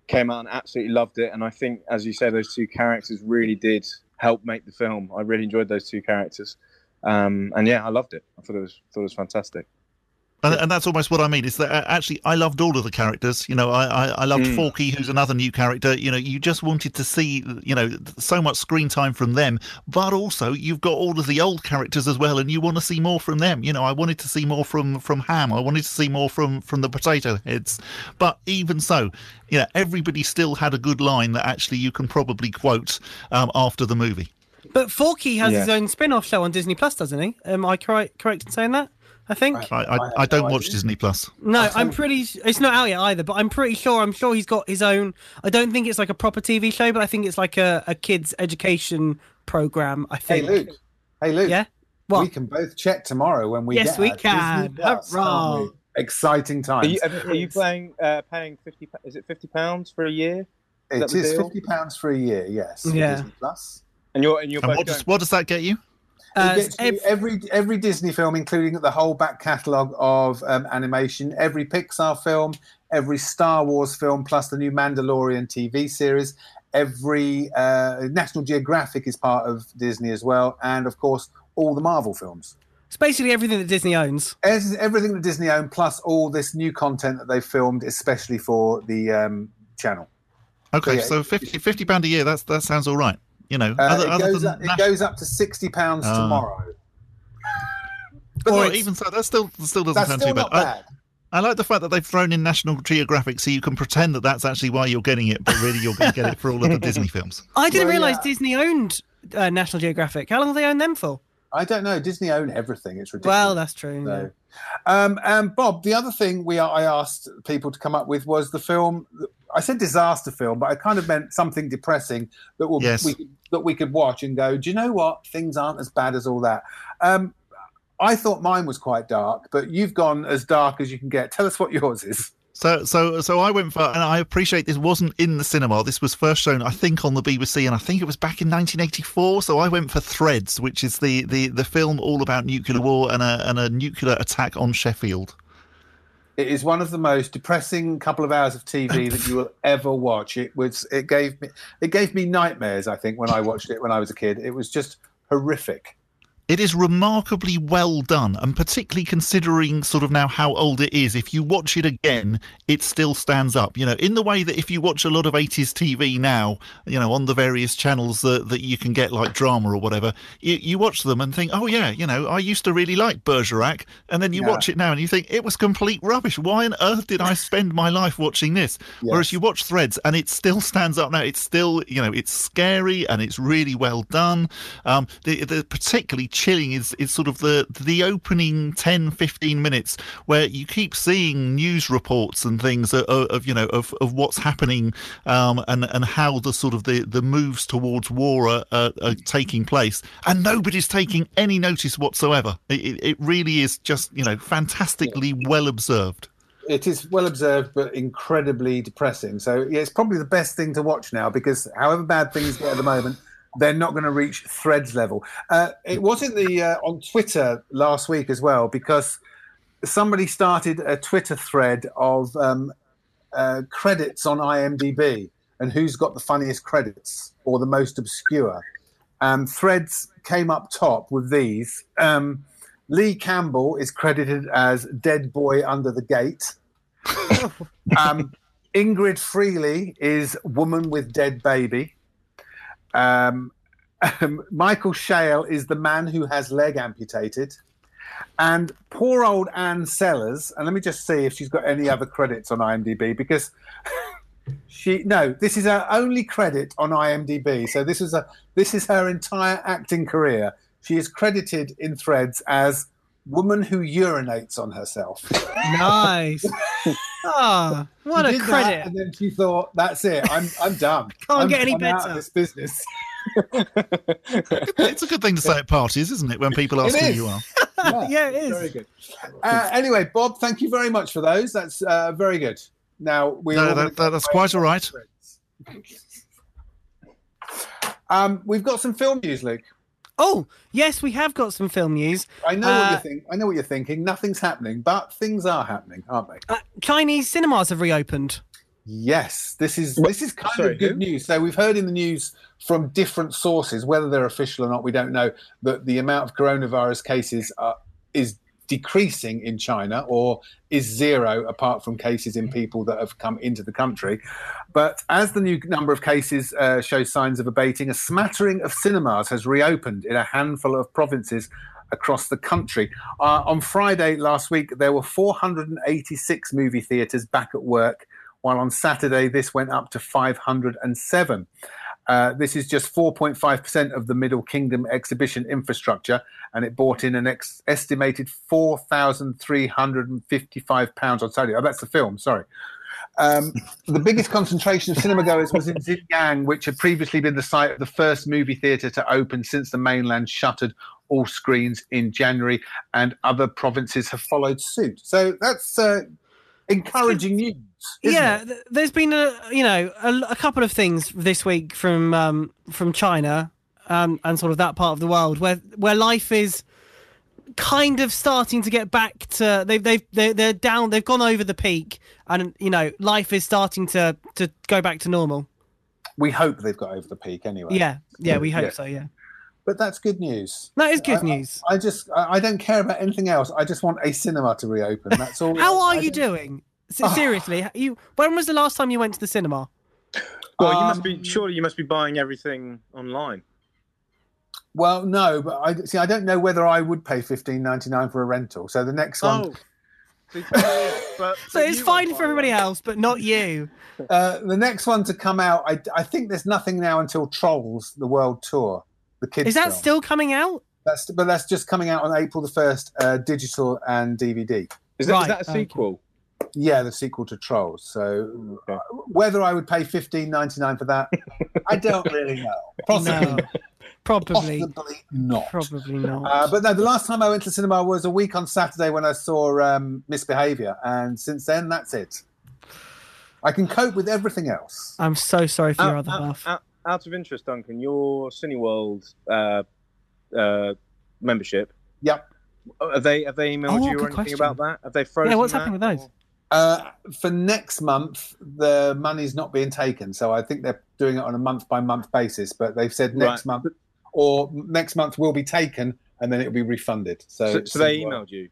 came out and absolutely loved it. And I think, as you say, those two characters really did help make the film. I really enjoyed those two characters, um, and yeah, I loved it. I thought it was thought it was fantastic.
And, and that's almost what I mean. Is that uh, actually I loved all of the characters. You know, I I, I loved
Mm.
Forky, who's another new character. You know, you just wanted to see you know so much screen time from them, but also you've got all of the old characters as well, and you want to see more from them. You know, I wanted to see more from from Ham. I wanted to see more from from the Potato Heads. But even so, you know, everybody still had a good line that actually you can probably quote um, after the movie.
But Forky has
Yeah.
his own spin off show on Disney Plus, doesn't he? Am I cor- correct in saying that? I think.
I I, I,
have
don't
no
watch
idea.
Disney Plus.
No, I'm pretty. s- It's not out yet either, but I'm pretty sure. I'm sure he's got his own. I don't think it's like a proper TV show, but I think it's like a, a kids' education program. I
Hey
think.
Luke. Hey Luke.
Yeah. What?
We can both check tomorrow when we
Yes,
get
we
our
can.
Disney Plus,
Hurrah.
aren't we? Exciting
Are
times.
you, are you playing uh, paying fifty? pa- Is it fifty pounds for a year?
it
that
is
the deal?
fifty pounds for a year. Yes. for
Yeah.
Disney Plus.
And you're and you're
And
both
what
going.
does what does that get you?
Uh,
It gets you
ev-
every every Disney film, including the whole back catalogue of um, animation, every Pixar film, every Star Wars film, plus the new Mandalorian TV series. Every uh, National Geographic is part of Disney as well, and of course all the Marvel films.
it's basically everything that Disney owns.
As- Everything that Disney own, plus all this new content that they filmed, especially for the um, channel.
Okay,
yeah,
so 50 50 pound a year. That's that sounds all right. You know,
Uh,
other,
it,
other
goes
than
up, it
Nash-
goes up to sixty pounds
Ah.
tomorrow.
but
or
no,
it's-
even so, that still still doesn't
That's
sound
still
too bad.
not
I-
bad.
I like the fact that they've thrown in National Geographic so you can pretend that that's actually why you're getting it, but really you're going to get it for all of the Disney films.
I didn't
Well,
realize
yeah.
Disney owned uh, National Geographic. How long have they owned them for?
I don't know. Disney own everything. It's ridiculous.
Well, that's true. yeah.
So, um, and Bob, the other thing we I asked people to come up with was the film. I said disaster film, but I kind of meant something depressing that will
Yes.
we, that we could watch and go. Do you know what? Things aren't as bad as all that. Um, I thought mine was quite dark, but you've gone as dark as you can get. Tell us what yours is.
So, so, so I went for, and I appreciate this wasn't in the cinema. This was first shown, I think, on the BBC, and I think it was back in 1984. So I went for Threads, which is the the, the film all about nuclear war and a and a nuclear attack on Sheffield.
It is one of the most depressing couple of hours of TV that you will ever watch. It was it gave me it gave me nightmares. I think when I watched it when I was a kid, it was just horrific.
It is remarkably well done, and particularly considering sort of now how old it is, if you watch it again, it still stands up. You know, in the way that if you watch a lot of 80s TV now, you know, on the various channels that, that you can get, like drama or whatever, you, you watch them and think, oh, yeah, you know, I used to really like Bergerac. And then you
Yeah.
watch it now and you think, it was complete rubbish. Why on earth did I spend my life watching this? Whereas
Yes.
you watch Threads and it still stands up now. It's still, you know, it's scary and it's really well done. Um, the, the particularly chilling is, is sort of the the opening 10, 15 minutes where you keep seeing news reports and things of, of you know of, of what's happening um, and and how the sort of the, the moves towards war are, are, are taking place and nobody's taking any notice whatsoever. It, it, it really is just you know fantastically well observed.
It is well observed, but incredibly depressing. So yeah, it's probably the best thing to watch now because however bad things get at the moment, they're not going to reach Threads level. Uh, it was in the uh, on Twitter last week as well because somebody started a Twitter thread of um, uh, credits on IMDb and who's got the funniest credits or the most obscure. And Threads came up top with these. Um, Lee Campbell is credited as Dead Boy Under the Gate. um, Ingrid Freely is Woman with Dead Baby. Um, Michael Shale is the man who has leg amputated. And poor old Anne Sellers, and let me just see if she's got any other credits on IMDb because she no, this is her only credit on IMDb. So this is a this is her entire acting career. She is credited in Threads as woman who urinates on herself.
Nice. Ah, what
She
a
did that,
credit.
and then she thought, "That's it. I'm I'm done.
Can't
I'm,
get any
I'm out
better."
of this business."
It's a good thing to say at parties, isn't it? When people ask
It
who
is.
you are.
Yeah, it is.
Very good. Uh, anyway, Bob, thank you very much for those. That's uh, very good. Now we
No,
all
that, that, that's quite all right.
um, we've got some film news, Luke.
Oh, yes, we have got some film news.
I know what
Uh,
you're thinking. I know what you're thinking. Nothing's happening, but things are happening, aren't they?
Uh, Chinese cinemas have reopened.
Yes, this is
Wha-
this is kind
sorry,
of good
who?
news. So we've heard in the news from different sources, whether they're official or not, we don't know, that the amount of coronavirus cases are, is decreasing in China or is zero, apart from cases in people that have come into the country. But as the new number of cases uh, shows signs of abating, a smattering of cinemas has reopened in a handful of provinces across the country. Uh, on Friday last week, there were 486 movie theatres back at work, while on Saturday, this went up to 507. Uh, this is just 4.5% of the Middle Kingdom exhibition infrastructure, and it brought in an ex- estimated £4,355 on Saturday. Oh, that's the film, sorry. Um, the biggest concentration of cinemagoers was in Xinjiang, which had previously been the site of the first movie theatre to open since the mainland shuttered all screens in January, and other provinces have followed suit. So that's uh, encouraging news. isn't it?
yeah, th- there's been a you know a, a couple of things this week from um, from China um, and sort of that part of the world where where life is kind of starting to get back to they've they've they're, they're down they've gone over the peak and you know life is starting to to go back to normal.
we hope they've got over the peak anyway.
Yeah, yeah, we hope
Yeah.
so. Yeah,
But that's good news.
that is good
I-
news.
I just, I I don't care about anything else. I just want a cinema to reopen. That's all.
How are
I
you
don't-
doing? S- Seriously, you when was the last time you went to the cinema?
Well, you
Um,
must be surely you must be buying everything online.
Well, no, but I see. I don't know whether I would pay fifteen ninety nine for a rental. So the next
Oh.
one,
but,
So it's fine for everybody else, but not you.
uh, the next one to come out, I, I think there's nothing now until Trolls, the world tour, the kids.
Is that
film.
still coming out?
That's but that's just coming out on April the first, uh, digital and DVD.
Is that, is
Right,
that a
okay.
sequel?
Yeah, the sequel to Trolls. So
Okay.
uh, whether I would pay fifteen ninety nine for that, I don't really know. Possibly,
No, probably,
possibly not.
probably not.
Uh, but no, the last time I went to cinema was a week on Saturday when I saw um, Misbehaviour, and since then that's it. I can cope with everything else.
I'm so sorry
Uh,
for your
out,
other
out-
half.
out- out of interest, Duncan, your Cineworld uh, uh, membership.
Yep.
Have they have they emailed
Oh,
you or
good
anything
question.
about that? Have they frozen?
Yeah, what's
that,
happening with those?
or-
Uh, for next month, the money's not being taken, so I think they're doing it on a month by month basis. But they've said next month or next month will be taken, and then it'll be refunded. So,
So, so they emailed you.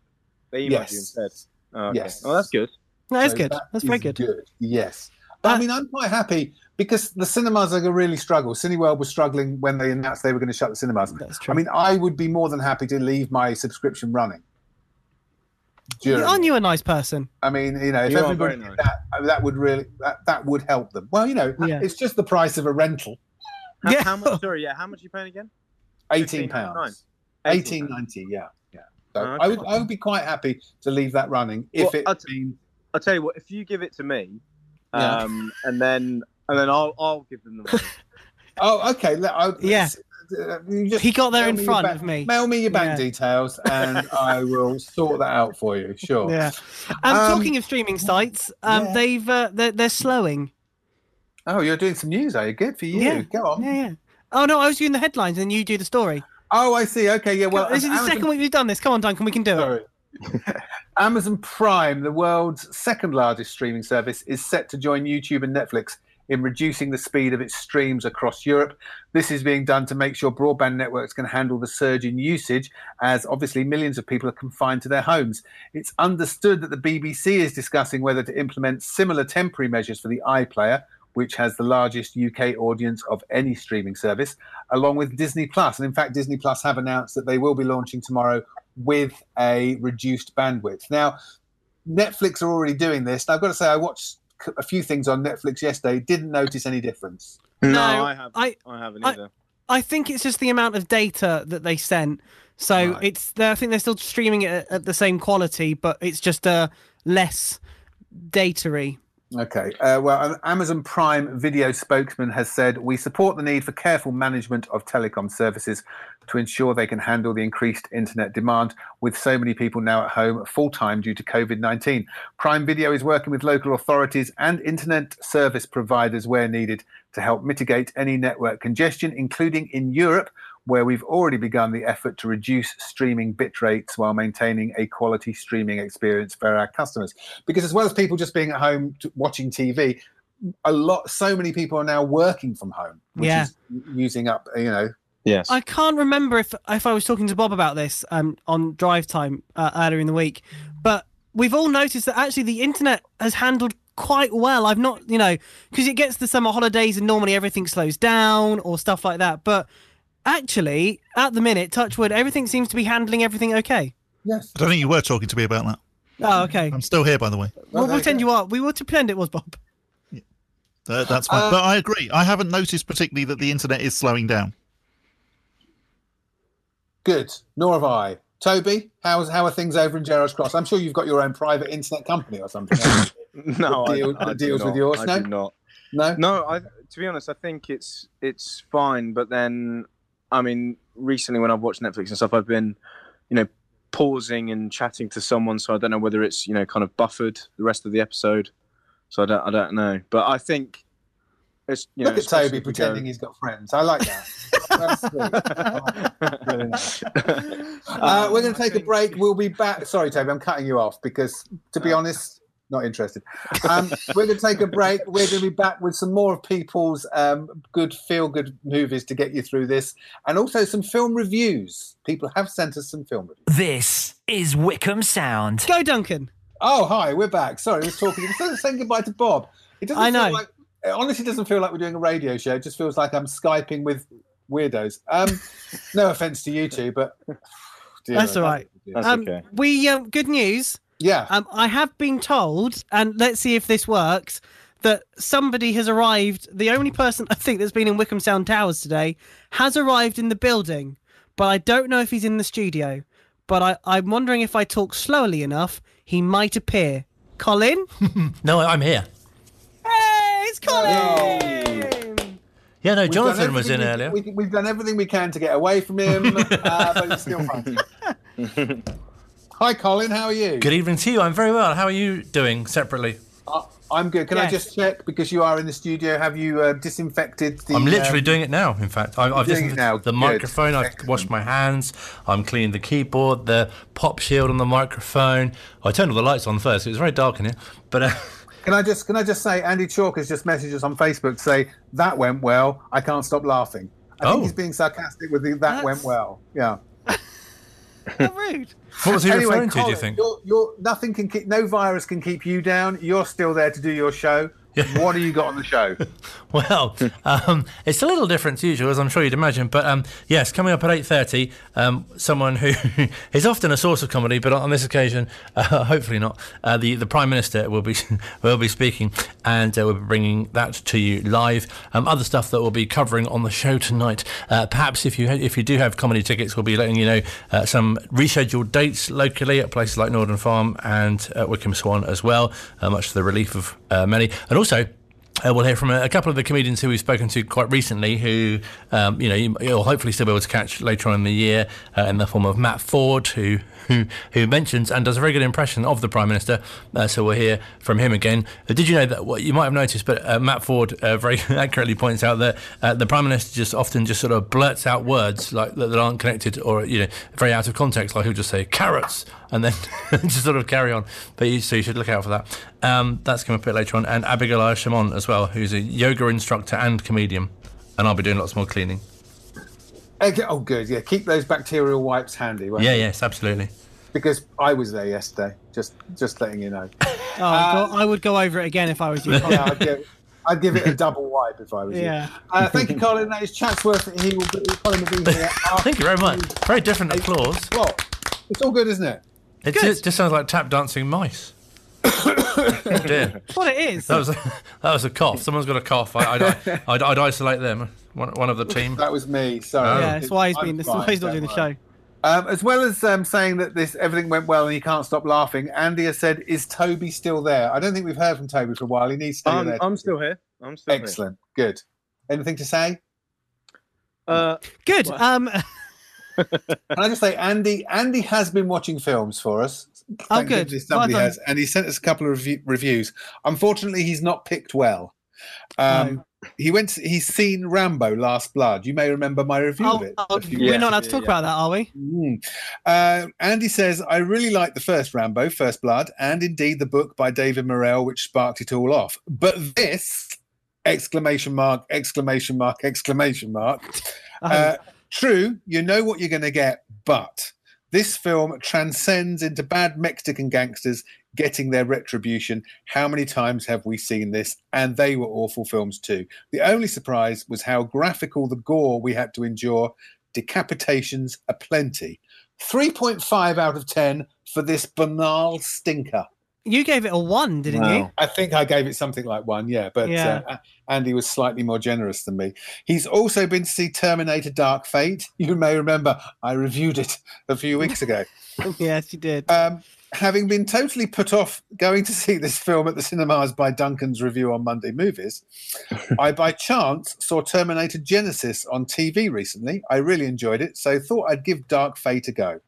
They emailed
Yes.
you instead. Oh, okay.
Yes.
Oh, that's good.
That is
So
good.
that
That's very
is
good.
Yes. But
Uh,
I mean, I'm quite happy because the cinemas are going to really struggle. Cineworld was struggling when they announced they were going to shut the cinemas.
That's
I
true.
mean, I would be more than happy to leave my subscription running. Do you know what I
aren't
mean?
you a nice person?
I mean, you know, if
You are
everybody
very
did that, that would really that, that would help them. Well, you know, uh,
Yeah.
it's just the price of a rental,
How,
Yeah.
how much? Sorry, yeah. How much are you paying again?
eighteen
£15.99.
pounds, eighteen ninety. Yeah, yeah. So
Oh,
I
okay.
would I would be quite happy to leave that running if
Well,
it
I'll
it been
I'll tell you what. If you give it to me,
Yeah.
um, and then and then I'll I'll give them the money.
Oh, okay. Let, I,
Yeah.
let's- you just
He got there
mail
in
me your
front
bank-
of me.
Mail me your bank
Yeah.
details, and I will sort that out for you. Sure.
Yeah. Um,
Um,
talking of streaming sites, um,
yeah.
they've uh, they're, they're slowing.
Oh, you're doing some news, are you? Good for you.
Yeah.
Go on.
Yeah, yeah. Oh no, I was doing the headlines and you do the story.
Oh, I see. Okay. Yeah. Well,
Well, this is the
Amazon-
second week we've done this. Come on, Duncan, we can do it.
Sorry. Amazon Prime, the world's second largest streaming service, is set to join YouTube and Netflix in reducing the speed of its streams across Europe. This is being done to make sure broadband networks can handle the surge in usage, as obviously millions of people are confined to their homes. It's understood that the BBC is discussing whether to implement similar temporary measures for the iPlayer. Which has the largest UK audience of any streaming service, along with Disney Plus. And in fact, Disney Plus have announced that they will be launching tomorrow with a reduced bandwidth. Now, Netflix are already doing this. Now, I've got to say, I watched c- a few things on Netflix yesterday, didn't notice any difference.
no,
No,
I have.
I-
I, haven't
I-
either.
I think it's just the amount of data that they sent. So
Right.
it's I think they're still streaming it at, at the same quality, but it's just uh, less datery.
Okay. Uh, well, an Amazon Prime video spokesman has said we support the need for careful management of telecom services to ensure they can handle the increased internet demand with so many people now at home full time due to COVID 19. Prime Video is working with local authorities and internet service providers where needed to help mitigate any network congestion, including in Europe, where we've already begun the effort to reduce streaming bit rates while maintaining a quality streaming experience for our customers. Because as well as people just being at home t- watching TV, a lot, so many people are now working from home, which
Yeah.
is using up, you know,
Yes.
I can't remember if if I was talking to Bob about this um, on drive time uh, earlier in the week, but we've all noticed that actually the internet has handled quite well. I've not, you know, because it gets the summer holidays and normally everything slows down or stuff like that. But actually, at the minute, Touchwood, everything seems to be handling everything okay.
Yes.
I don't think you were talking to me about that.
Oh, okay.
Um,
I'm still here, by the way.
We'll
Well, there you
pretend
go.
you are. We will pretend it was Bob.
Uh, that's fine.
Uh,
but I agree. I haven't noticed particularly that the internet is slowing down.
Good. Nor have I. Toby, how's how are things over in Gerrard's Cross? I'm sure you've got your own private internet company or something. haven't you?
no, I-
deal-
I,
the
do
deals
not.
with yours,
I
no?
do not.
no.
No, I, to be honest, I think it's it's fine. But then, I mean, recently when I've watched Netflix and stuff, I've been, you know, pausing and chatting to someone. So I don't know whether it's you know kind of buffered the rest of the episode. So I don't I don't know. But I think it's you know.
Look at
especially
Toby
if we
pretending he's got friends. I like that. That's sweet.
Oh,
I like that. Really nice. Uh, we're going to take a break. We'll be back. Sorry, Toby, I'm cutting you off because, to be honest, not interested. Um, we're going to take a break. We're going to be back with some more of people's um, good feel good movies to get you through this and also some film reviews. People have sent us some film reviews.
This is Wickham Sound.
Go, Duncan.
Oh, hi, we're back. Sorry, I was talking. Instead of saying goodbye to Bob, it doesn't
I know.
feel like it honestly doesn't feel like we're doing a radio show. It just feels like I'm skyping with weirdos. Um, no offense to you two, but dear,
That's
oh,
all right.
dear.
That's
Um,
okay.
We um, good news.
Yeah.
Um, I have been told, and let's see if this works, that somebody has arrived. The only person I think that's been in Wickham Sound Towers today has arrived in the building, but I don't know if he's in the studio. But I, I'm wondering if I talk slowly enough, he might appear. Colin?
No, I'm here.
Hey, it's
Oh.
Colin!
Yeah, no,
We've done
Jonathan was in
everything
earlier.
We, we, we've done everything we can to get away from him, uh, but he's still fine. Hi, Colin. How are you?
Good evening to you. I'm very well. How are you doing separately?
I, I'm good. Can I
Yes.
just check because you are in the studio? Have you uh, disinfected the?
I'm literally
um,
doing it now. In fact, I, I've
doing
just
it now.
the
Good.
microphone. I've
Excellent.
washed my hands. I'm cleaning the keyboard, the pop shield on the microphone. I turned all the lights on first. It was very dark in here, but uh,
Can I just can I just say Andy Chalk has just messaged us on Facebook to say that went well. I can't stop laughing. I
Oh.
think he's being sarcastic with the that went
That's-
well. Yeah.
How rude.
what was he
anyway,
referring to? Do you
Colin,
think?
You're, you're, nothing can keep no virus can keep you down. You're still there to do your show. What do you got on the show?
Well, um, it's a little different to usual, as I'm sure you'd imagine. But um, yes, coming up at eight thirty, um, someone who is often a source of comedy, but on this occasion, uh, hopefully not. Uh, the the Prime Minister will be will be speaking, and uh, we'll be bringing that to you live. Um, other stuff that we'll be covering on the show tonight. Uh, perhaps if you ha- if you do have comedy tickets, we'll be letting you know uh, some rescheduled dates locally at places like Northern Farm and uh, Wickham Swan as well, uh, much to the relief of uh, many, and also. Uh, we'll hear from a, a couple of the comedians who we've spoken to quite recently, who um, you know you- you'll hopefully still be able to catch later on in the year, uh, in the form of Matt Ford, who who who mentions and does a very good impression of the Prime Minister. Uh, so we'll hear from him again. Uh, did you know that? What you might have noticed, but uh, Matt Ford uh, very accurately points out that uh, the Prime Minister just often just sort of blurts out words like that, that aren't connected or you know very out of context. Like he'll just say carrots and then just sort of carry on. But you, so you should look out for that. Um, that's coming up a bit later on. And Abigail Shamon as well, who's a yoga instructor and comedian. And I'll be doing lots more cleaning.
Okay, Oh, good. Yeah, keep those bacterial wipes handy. Won't
Yeah,
you?
yes, absolutely.
Because I was there yesterday. Just, just letting you know.
Oh,
Um,
God, I would go over it again if I was you. Colin.
Yeah, I'd give, I'd give it a double wipe if I was you.
Yeah.
Uh, thank you, Colin. That is Chatsworth. He will be, Colin will be here. after
Thank you very much. Very different applause.
What? It's all good, isn't it?
It just, just sounds like tap dancing mice. oh dear,
That's what it is.
that was a, that was a cough. Someone's got a cough. I, I'd, I'd, I'd isolate them. One, one of the team.
That was me.
Oh.
Sorry.
yeah, that's why he's
I'm
been. That's
fine,
why he's not
don't
doing the
worry.
show.
Um, as well as um, saying that this everything went well and he can't stop laughing, Andy has said, "Is Toby still there?" I don't think we've heard from Toby for a while. He needs to be
I'm,
there.
I'm still here. I'm still
Excellent. Good. Anything to say?
here. Uh,
Good.
Well-
Um,
Can I just say, Andy? Andy has been watching films for us.
Oh,
Thank
good.
goodness Somebody
Well done.
has, and he sent us a couple of revu- reviews. Unfortunately, he's not picked well. Um, He went. He's seen Rambo: Last Blood. You may remember my review of
oh,
it.
oh,
a few
we're
yeah,
not allowed to
yeah,
talk
yeah.
about that, are we?
Mm. Uh, Andy says, I really like the first Rambo, First Blood, and indeed the book by David Morrell, which sparked it all off. But this exclamation mark, exclamation mark, exclamation mark.
Um,
Uh, true, you know what you're going to get, but this film transcends into bad Mexican gangsters getting their retribution. How many times have we seen this? And they were awful films too. The only surprise was how graphical the gore we had to endure. Decapitations aplenty. 3.5 out of 10 for this banal stinker.
You gave it a one, didn't you?
I think I gave it something like one, yeah. But
Yeah.
Uh, Andy was slightly more generous than me. He's also been to see Terminator Dark Fate. You may remember I reviewed it a few weeks ago.
yes, you did.
Um, having been totally put off going to see this film at the cinemas by Duncan's review on Monday Movies, I by chance saw Terminator Genesis on TV recently. I really enjoyed it, so thought I'd give Dark Fate a go.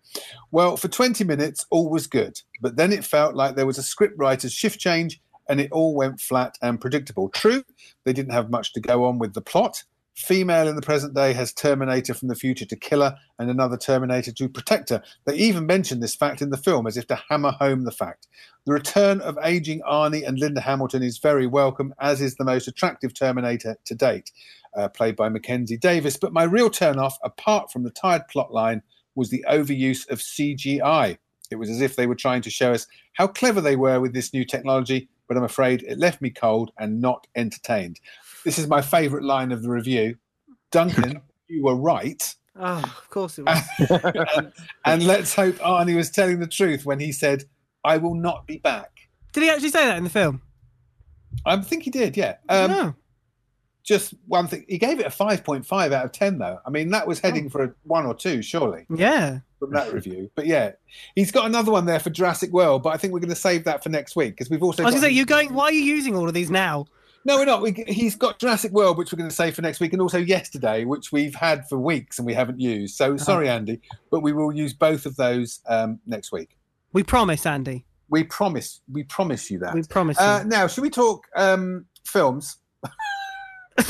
Well, for 20 minutes, all was good, but then it felt like there was a scriptwriter's shift change and it all went flat and predictable. True, they didn't have much to go on with the plot. Female in the present day has Terminator from the future to kill her and another Terminator to protect her. They even mention this fact in the film as if to hammer home the fact. The return of aging Arnie and Linda Hamilton is very welcome, as is the most attractive Terminator to date, uh, played by Mackenzie Davis. But my real turn-off, apart from the tired plotline, was the overuse of CGI. It was as if they were trying to show us how clever they were with this new technology, but I'm afraid it left me cold and not entertained. This is my favourite line of the review. Duncan, you were right.
Oh, of course it was.
and, and let's hope Arnie was telling the truth when he said, I will not be back.
Did he actually say that in the film? Oh,
I think he did, yeah. Um,
no.
Just one thing. He gave it a 5.5 out of 10, though. I mean,
Oh.
that was heading for a one or two, surely,
Yeah.
from that review. But yeah, he's got another one there for Jurassic World, but I think we're going to save that for next week because we've also.
I was
got-
gonna say you're going. Why are you using all of these now?
No, we're not. We, he's got Jurassic World, which we're going to save for next week, and also yesterday, which we've had for weeks and we haven't used. So sorry, Andy, but we will use both of those um, next week.
We promise, Andy.
We promise. We promise you that.
We promise.
Uh, now, should we talk um, films?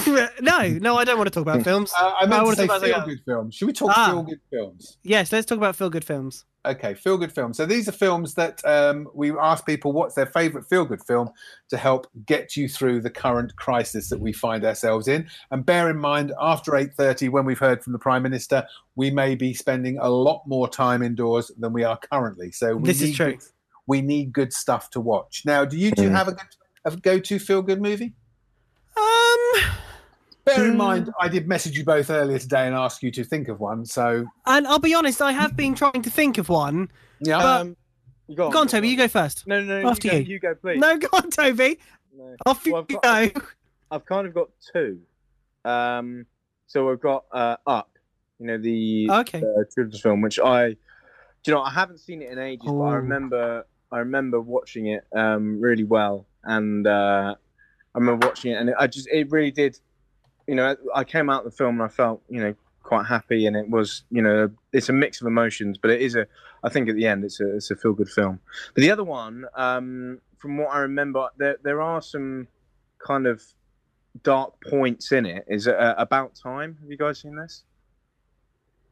you. no, no, I don't want to talk about films.
Uh, I meant
wanna
to say
talk about something
feel good films. Should we talk
Ah.
feel good films?
Yes, let's talk about feel good films.
Okay, feel good films. So these are films that um, we ask people what's their favourite feel good film to help get you through the current crisis that we find ourselves in. And bear in mind, after eight thirty, when we've heard from the Prime Minister, we may be spending a lot more time indoors than we are currently. So we
This is
need
true. Mm.
Good, we need good stuff to watch. Now, do you two have a, a go to feel good movie?
Um,
Bear
Mm.
in mind, I did message you both earlier today and ask you to think of one. So
and I'll be honest, I have been trying to think of one.
yeah,
But
You um, go on,
go on, Toby, you go first.
No, no, no.
After
you, go,
you.
you go, please.
No, go on, Toby.
No.
Off you
Well, I've
go.
got- I've kind of got two. Um, so we've got uh, Up, you know, the
Okay.
uh, children's film, which I, do you know, I haven't seen it in ages, but I
Oh.
remember, I remember watching it um, really well, and uh, I remember watching it, and it, I just, it really did, you know, I came out of the film and I felt, you know, quite happy, and it was, you know, it's a mix of emotions, but it is a, I think at the end, it's a, it's a feel good film. But the other one, um, from what I remember, there there are some kind of dark points in it. Is uh, about time? Have you guys seen this?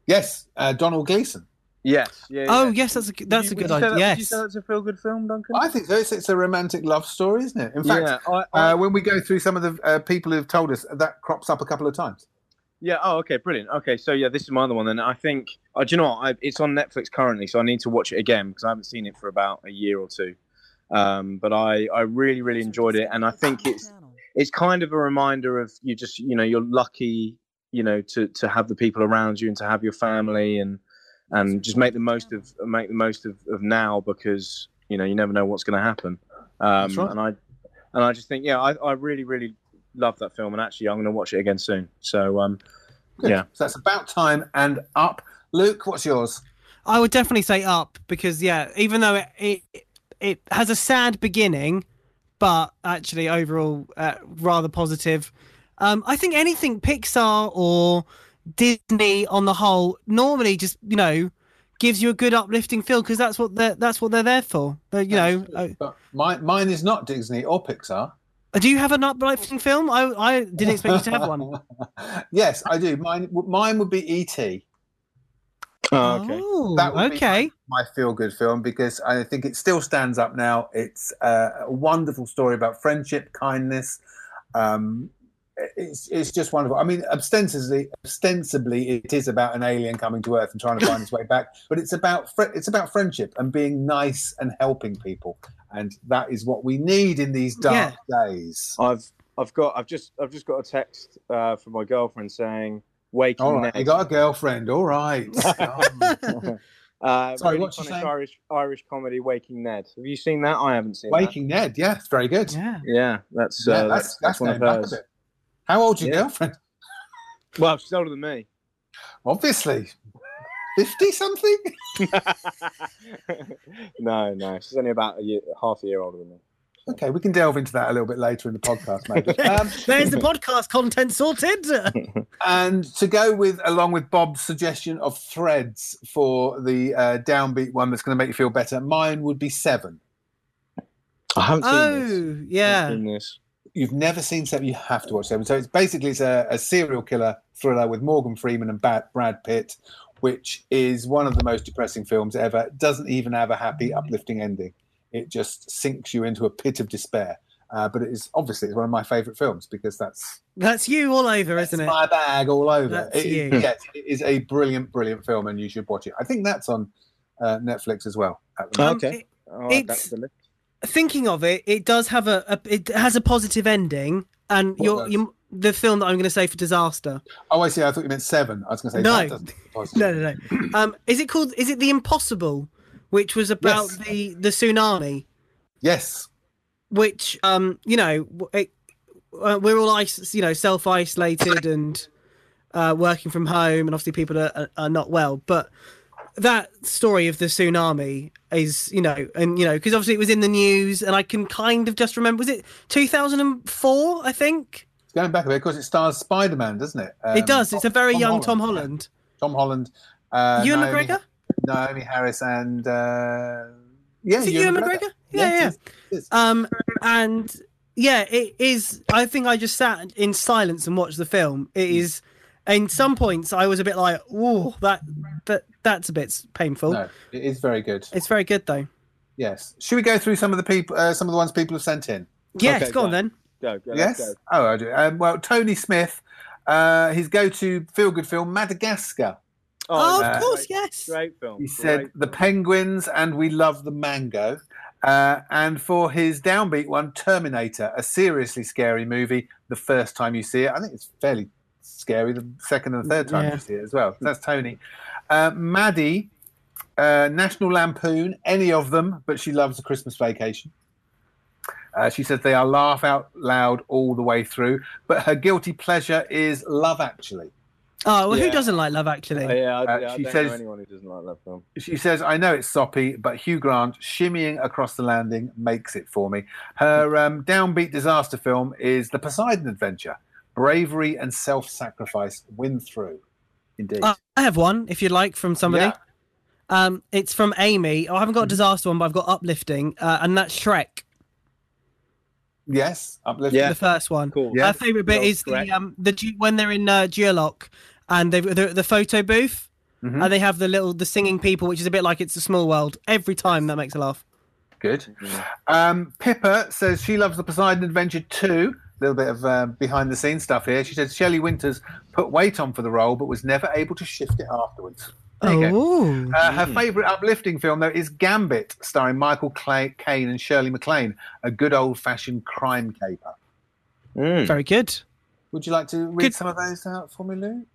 yes, uh, Donald Gleason.
Yes. Yeah.
Oh,
yeah.
yes, that's a, g- that's a
Would you
good
say
idea.
that- Would you
yes.
say that's a feel good film, Duncan?
I think so. It's, it's a romantic love story, isn't it? In fact,
yeah. I, I,
uh, when we go through some of the uh, people who've told us, that crops up a couple of times.
yeah. Oh, okay. Brilliant. Okay. So yeah, this is my other one. Then I think. Uh, do you know what? I, it's on Netflix currently, so I need to watch it again because I haven't seen it for about a year or two. Um, but I, I really, really enjoyed it, and I think it's
Channel.
it's kind of a reminder of you just you know you're lucky you know to to have the people around you and to have your family and and just make the most of make the most of, of now because you know you never know what's going to happen um
That's right.
and i and i just think yeah i, I really really love that film and actually i'm going to watch it again soon so um yeah
So that's about time and up. Luke, what's yours?
I would definitely say up because yeah, even though it it, it has a sad beginning, but actually overall uh, rather positive. Um, I think anything Pixar or Disney on the whole normally just you know gives you a good uplifting feel because that's what they're that's what they're there for. They're, you know,
But my, mine is not Disney or Pixar.
uh, do you have an uplifting film? I I didn't expect you to have one.
yes, I do. Mine, mine would be E E.T.
oh, okay
Oh,
That would be
okay.
my feel good film because I think it still stands up now. It's uh, a wonderful story about friendship, kindness. Um, it's, it's just wonderful. I mean, ostensibly, ostensibly, it is about an alien coming to Earth and trying to find his way back, but it's about fri it's about friendship and being nice and helping people, and that is what we need in these dark days.
i've i've got i've just i've just got a text uh from my girlfriend saying waking
All right,
Oh, Ned."
you got a girlfriend. All right. Um,
uh,
Sorry,
really
what's she
funny
saying?
Irish Irish comedy Waking Ned. Have you seen that? I haven't seen that.
Waking Ned. Yeah, it's very good.
Yeah.
Yeah, that's
yeah,
uh, that's, that's, one
going
of
back a
hers.
bit. How old's your
Yeah.
girlfriend?
Well, she's older than me.
Obviously. 50 something?
no, no, she's only about a year, half a year older than me.
Okay, we can delve into that a little bit later in the podcast, maybe. um,
There's the podcast content sorted.
and to go with, along with Bob's suggestion of threads for the uh, downbeat one that's going to make you feel better, mine would be seven.
I haven't seen
oh,
this. I haven't
yeah.
seen this.
You've never seen seven, you have to watch seven. So it's basically it's a, a serial killer thriller with Morgan Freeman and Ba- Brad Pitt, which is one of the most depressing films ever. It doesn't even have a happy, uplifting ending. It just sinks you into a pit of despair. Uh, but it is obviously it's one of my favourite films because that's
That's you all over, isn't
It's
it?
my bag all over.
That's
It,
you.
it- yes, it is a brilliant, brilliant film, and you should watch it. I think that's on uh, Netflix as well. at the moment.
Um,
Okay.
it-
I'll add that
It's-
to Oh, the list.
thinking of it, it does have a, a it has a positive ending, and
What
you're,
does?
you the film that I'm going to say for disaster.
Oh, I see. I thought you meant seven. I was going to say
No.
that doesn't make it possible.
No, no, no. um, is it called? Is it the Impossible, which was about
Yes.
the the tsunami,
Yes.
which um, you know, w- it, uh, we're all is- you know self isolated and uh, working from home, and obviously people are, are, are not well, but. That story of the tsunami is, you know, and you know, because obviously it was in the news, and I can kind of just remember. Was it 2004? I think
It's going back a bit because it stars Spider Man, doesn't it? Um,
it does. It's a very young Tom
yeah.
Holland.
Tom Holland. Uh,
Ewan
Naomi-
McGregor?
Naomi Harris and. Uh, yeah,
Is it Ewan McGregor? Yeah, yeah.
it is, it is.
Um, and yeah, it is. I think I just sat in silence and watched the film. It is. In some points, I was a bit like, "Ooh, that, that that's a bit painful."
No, it is very good.
It's very good though.
Yes. Should we go through some of the people, uh, some of the ones people have sent in?
Yes,
Okay,
go on
go on.
then.
Go, go,
yes.
go.
Oh, I do. Um, well, Tony Smith, uh, his go-to feel-good film, Madagascar.
Oh,
uh,
of course, yes.
Great film.
He said
great
the
film.
penguins and we love the mango. Uh, and for his downbeat one, Terminator, a seriously scary movie. The first time you see it, I think it's fairly scary. The second and third time
Yeah.
you see it as well. That's Tony. Uh, Maddie, uh, National Lampoon, any of them, but she loves the Christmas Vacation. Uh, she says they are laugh out loud all the way through, but her guilty pleasure is Love Actually.
Oh, well, who
Yeah.
doesn't like Love Actually?
Oh, yeah, I,
uh,
yeah, I
she
don't
says-
know anyone who doesn't like that film.
She says, I know it's soppy, but Hugh Grant shimmying across the landing makes it for me. Her um, downbeat disaster film is The Poseidon Adventure. Bravery and self sacrifice win through. Indeed.
Uh, I have one if you'd like from somebody.
Yeah.
Um, it's from Amy. Oh, I haven't got a disaster one, but I've got uplifting, uh, and that's Shrek,
Yes. Uplifting.
Yeah.
the first one.
Cool.
Yeah.
My favorite bit
Well,
is the
correct.
um the G- when they're in uh, Geolock and they the, the photo booth
Mhm.
and they have the little the singing people, which is a bit like it's a small world. Every time that makes a laugh.
Good. Um, Pippa says she loves The Poseidon Adventure too. A little bit of uh, behind the scenes stuff here. She said Shelley Winters put weight on for the role, but was never able to shift it afterwards. There you go.
Oh,
Uh, her favourite uplifting film, though, is Gambit, starring Michael Cla Caine and Shirley MacLaine, a good old-fashioned crime caper.
very good.
Would you like to read
Good.
some of those out for me, Luke?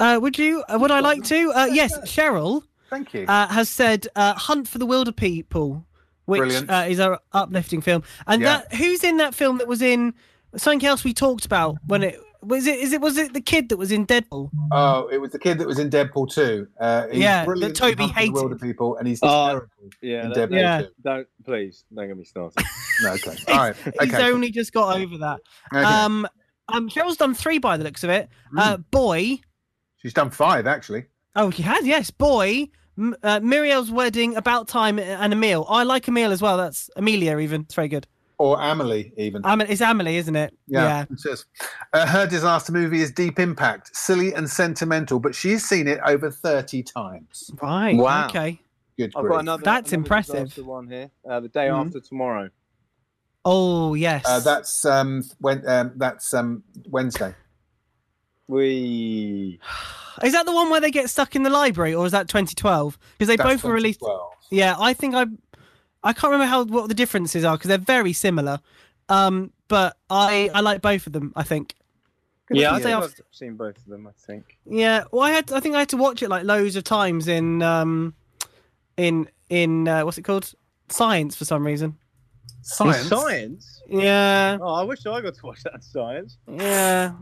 Uh, would you? uh, Would I like to? Uh, yes, Cheryl
Thank you.
uh, has said uh, "Hunt for the Wilder People," which
Brilliant.
uh, is our uplifting film. And
Yeah.
that who's in that film that was in something else we talked about when it was it is it was it the kid that was in Deadpool?
oh, it was the kid that was in Deadpool 2. Uh, he's
Yeah, that
brilliant in
Toby
Hunt for the
hated.
Wilder people, and he's
Oh,
terrible
Yeah,
in
that,
Deadpool
yeah.
2.
don't please don't get me started.
No, okay. All right.
He's
Okay.
only just got over that.
okay. Mm.
Um, um, Cheryl's done three by the looks of it. Uh, boy.
She's done five, actually.
Oh, he has. Yes, boy. M- uh, Muriel's wedding, about time, and a meal. I like a meal as well. That's Amelia. Even it's very good.
Or Amelie, even.
I mean, it's Amelie, isn't it?
Yeah, it says. Uh, her disaster movie is Deep Impact, silly and sentimental, but she's seen it over 30 times.
Right.
Wow.
Okay.
Good
I've
grief.
got another.
That's
another
impressive.
disaster One here, uh, the day
Mhm.
after tomorrow.
Oh yes.
Uh, that's um, when, um, that's um, Wednesday.
We
Is that the one where they get stuck in the library, or is that 2012? Because they
That's
both were released.
2012.
Yeah, I think I, I can't remember how what the differences are because they're very similar. Um, but I I like both of them. I think.
yeah, I
idea.
think I've seen both of them. I think.
Yeah, well, I had. I think I had to watch it like loads of times in, um, in in uh, what's it called? Science for some reason.
Science.
Science.
Yeah,
Oh, I wish I got to watch that in science.
yeah.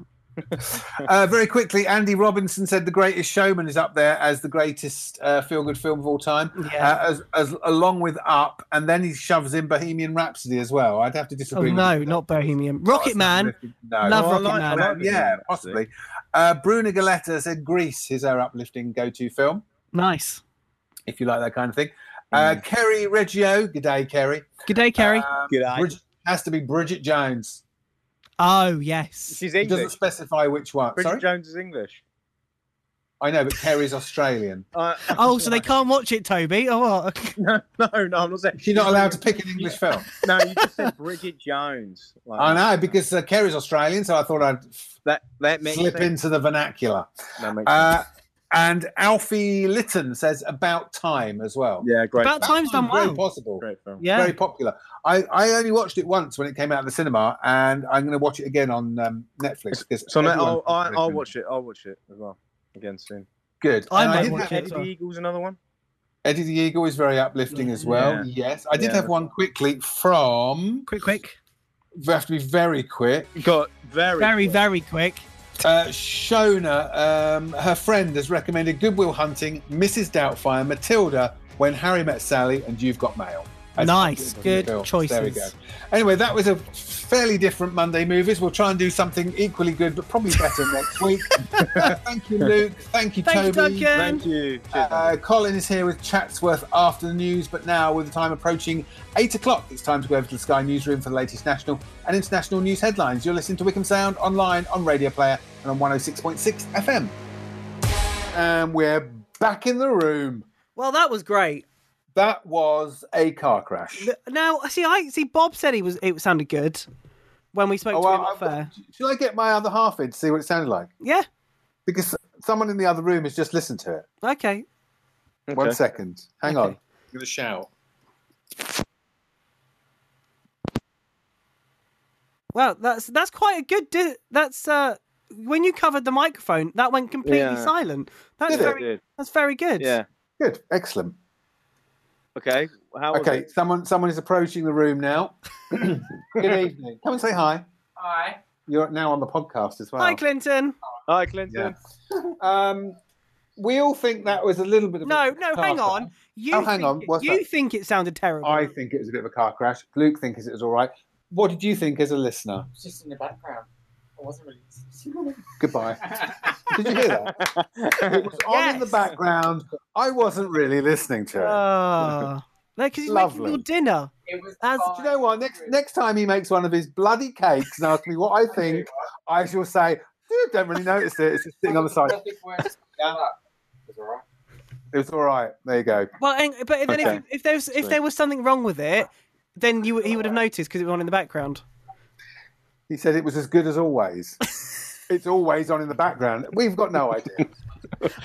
Uh, very quickly, Andy Robinson said The Greatest Showman is up there as the greatest uh, feel good film of all time,
Yeah.
uh, as, as, along with Up, and then he shoves in Bohemian Rhapsody as well. I'd have to
Oh
disagree. with
no,
you.
not Bohemian.
Oh,
Rocket
it's
Man.
not- No.
Love
Oh, I
Rocket
like- I
Man.
like
Well,
Bohemian
yeah,
Rhapsody.
possibly. Uh, Bruna Galetta said Greece is her uplifting go to film,
Nice.
if you like that kind of thing. Uh,
Mm.
Kerry Reggio, g'day, Kerry.
Good day, Kerry.
Um,
Good eye.
Bridget- has to be Bridget Jones.
oh yes.
She's
It doesn't
English.
specify which one.
Bridget
Sorry?
Jones is English.
I know, but Kerry's Australian.
Uh,
Oh, so they can't watch it, Toby. Oh, what?
no, no, no, I'm not saying
She's not allowed to pick an English film.
No, you just said Bridget Jones. Like,
I know, because uh, Kerry's Australian, so I thought I'd
that that makes
slip
sense.
into the vernacular.
That makes
Uh,
sense.
And Alfie Litton says About Time as well.
Yeah, great.
About time's done
Very
well.
possible.
great film.
Yeah.
Very popular. I, I only watched it once when it came out of the cinema, and I'm going to watch it again on um, Netflix.
So now I'll, I'll, I'll watch it. I'll watch it as well again soon.
Good.
I
And
might
did
watch
have-
it.
Eddie the Eagle's another one.
Eddie the Eagle is very uplifting as well. Yes. I did
Yeah.
have one quickly from.
Quick, quick.
We have to be very quick.
Got very
Very,
quick.
very quick.
Uh, Shona, um, her friend, has recommended Goodwill Hunting, Mrs. Doubtfire, Matilda, When Harry Met Sally, and You've Got Mail.
Nice. Good
Goodwill.
choices.
There we go. Anyway, that was a fairly different Monday movies. We'll try and do something equally good, but probably better next week. Thank you, Luke. Thank you,
Thank you,
Toby.
Duncan.
Thank you. Cheers,
Uh, Colin is here with Chatsworth after the news, but now with the time approaching eight o'clock, it's time to go over to the Sky Newsroom for the latest national and international news headlines. You're listening to Wickham Sound online on Radio Player and on 106.6 FM. And we're back in the room.
Well, that was great.
That was a car crash.
Th- Now, see, I see. Bob said he was. It sounded good when we spoke
Oh,
to him
well,
off air.
I've- should I get my other half in to see what it sounded like?
Yeah.
Because someone in the other room has just listened to it.
Okay.
One
Okay.
second. Hang on.
Okay.
I'm going to shout.
Well, that's that's quite a good. Di- that's uh, when you covered the microphone, that went completely
Yeah.
silent. That's
Did it?
very.
Did.
That's very good.
Yeah.
Good. Excellent.
Okay. How was
Okay,
it?
someone someone is approaching the room now. Good evening. Come and say hi.
Hi.
You're now on the podcast as well.
Hi, Clinton.
Hi, Clinton.
Yeah. um, we all think that was a little bit of a
No, no,
car
hang
crash.
on. You
Oh, hang
think
on,
it-
what's
you
that?
think it sounded terrible?
I think it was a bit of a car crash. Luke thinks it was all right. What did you think as a listener?
It's just in the background. I wasn't really.
Goodbye. did you hear that? It was on in the
Yes.
background. I wasn't really listening to it.
Ah, no, because he's making
Lovely.
your dinner.
It was.
As-
Do you know what? Next next time he makes one of his bloody cakes and asks me what I think, I shall say, "You don't really notice it. It's just sitting on the side.
Nothing worse. Yeah. It was alright.
It was all right. There you go.
Well, and- but then
Okay.
if, if there's if there was something wrong with it, then you he would have noticed because it was on in the background.
He said it was as good as always. it's always on in the background. We've got no idea.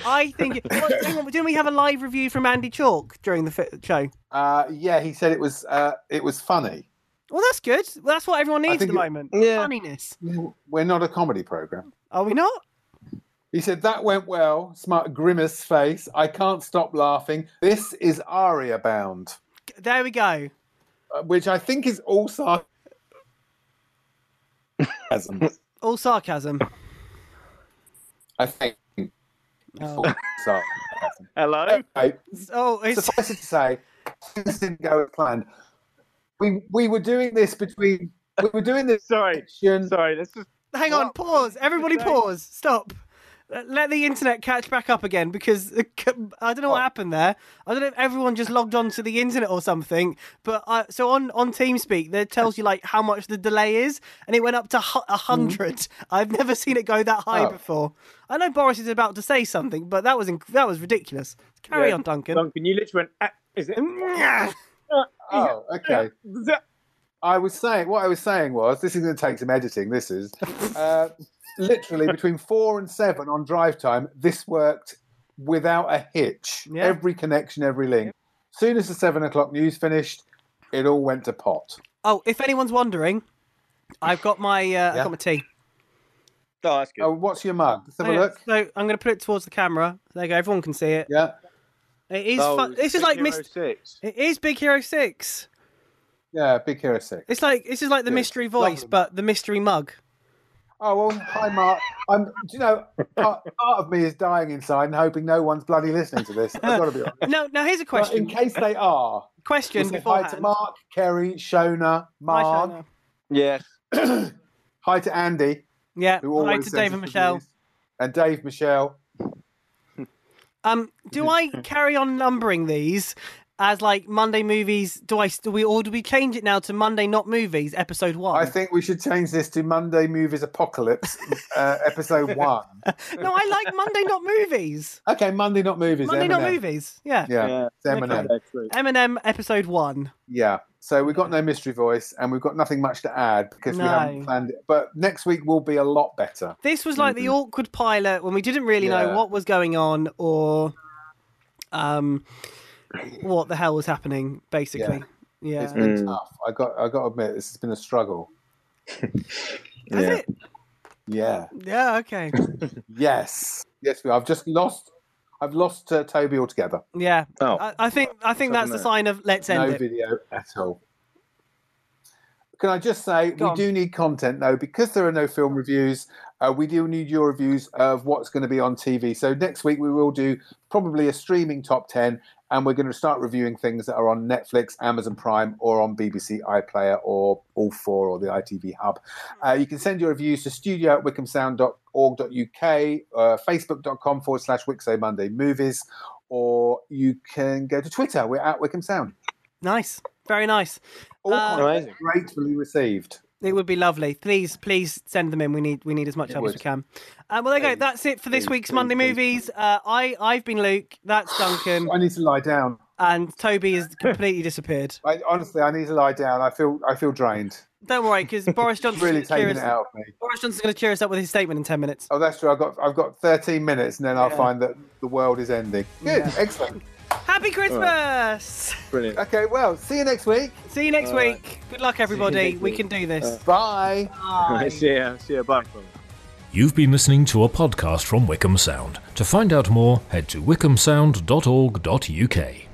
I think. it- well, hang on, didn't we have a live review from Andy Chalk during the fi- show?
Uh, yeah, he said it was uh, it was funny.
Well, that's good. Well, that's what everyone needs at
think
the
it-
moment.
Yeah.
Funniness.
We're not a comedy program.
Are we not?
He said that went well. Smart grimace face. I can't stop laughing. This is aria bound,
There we go.
uh, which I think is all sar- sarcasm.
All sarcasm.
I think.
Oh,
Sarcasm.
Hello.
Okay,
Oh, it's
suffice it to say, things didn't go as planned. We we were doing this between we were doing this
Sorry.
section.
Sorry. Let's just.
hang on.
What?
Pause. Everybody,
Okay.
pause. Stop. Uh, Let the internet catch back up again because uh, c- I don't know
Oh.
what happened there. I don't know if everyone just logged on to the internet or something. But I, so on on Teamspeak, that tells you like how much the delay is, and it went up to hu-
Mm-hmm.
a hundred. I've never seen it go that high
Oh.
before. I know Boris is about to say something, but that was inc- that was ridiculous. Carry
Yeah,
on, Duncan.
Duncan, you literally went. "Ah, Is it?
Oh, okay. I was saying what I was saying was this is going to take some editing. This is uh, literally between four and seven on drive time. This worked without a hitch.
Yeah.
Every connection, every link. Soon as the seven o'clock news finished, it all went to pot.
Oh, if anyone's wondering, I've got my uh, I've
Yeah.
got my tea.
Oh, that's good.
Oh, what's your mug? Let's have a
Yeah,
look.
So I'm going to put it towards the camera. There you go. Everyone can see it.
Yeah,
It is.
Oh,
fun. This is
Big
like
Hero
Mist.
Six.
It is Big Hero Six.
yeah. Big Hero Six.
It's like this is like the
Good.
mystery voice,
Lovely.
but the mystery mug.
Oh well, hi Mark. I'm. Do you know part, part of me is dying inside and hoping no one's bloody listening to this. I've got to be honest.
No, now here's a
But
question.
in case they are,
Question
we'll say hi to
beforehand.
Mark, Kerry, Shona,
Hi,
Marg.
Shona.
Yes.
Hi to Andy,
Yeah.
who
Hi
always
to
sends
Dave and
us
Michelle.
reviews, and Dave Michelle.
Um, do I carry on numbering these as like Monday movies? Do I do we or do we change it now to Monday not movies episode one?
I think we should change this to Monday Movies Apocalypse, uh, episode one.
no, I like Monday not movies.
Okay, Monday Not Movies.
Monday not
Eminem.
movies. Yeah.
Yeah,
Yeah.
it's Eminem.
Okay, true.
Eminem episode one.
Yeah, So we've got no mystery voice, and we've got nothing much to add because we
No.
haven't planned it. But next week will be a lot better.
This was like the awkward pilot when we didn't really know
Mm-hmm. Yeah.
what was going on or um, what the hell was happening, basically. Yeah.
It's been
Mm.
tough. I got I got to admit, this has been a struggle.
Has
yeah.
it?
Yeah.
Yeah, okay.
Yes. Yes. I've just lost. I've lost uh, Toby altogether.
Yeah.
Oh.
I, I think I think that's the
Something there.
sign of let's end
no
it.
video at all. Can I just say
Go
we
on.
do need content though, because there are no film reviews. Uh, we do need your reviews of what's going to be on TV. So next week we will do probably a streaming top ten, and we're going to start reviewing things that are on Netflix, Amazon Prime, or on BBC iPlayer, or all four, or the ITV Hub. Uh, you can send your reviews to studio at wickhamsound.org.uk, uh, facebook.com forward slash Wixo Monday Movies, or you can go to Twitter. We're at Wickham Sound.
Nice. Very nice.
All
Uh,
content gratefully received.
It would be lovely. Please, please send them in. We need we need as much
It
help as
would.
we can. Um, well, there you go.
Please,
That's it for this
please,
week's
please,
Monday
please,
movies. Uh, I I've been Luke. That's Duncan,
I need to lie down.
and Toby has completely disappeared.
I, honestly, I need to lie down. I feel I feel drained.
Don't worry, because Boris Johnson
Really
cheer
taking it
us-
out of me.
Boris Johnson's going to cheer us up with his statement in ten minutes.
Oh, that's true. I've got I've got 13 minutes, and then I'll
Yeah.
find that the world is ending. Good, excellent.
Oh.
Happy Christmas!
Brilliant.
Okay, well, see you next week.
See you next
All
week.
right.
Good luck, everybody.
next
We
week.
can do this.
Bye.
see ya. See ya. Bye.
You've been listening to a podcast from Wickham Sound. To find out more, head to wickhamsound.org.uk.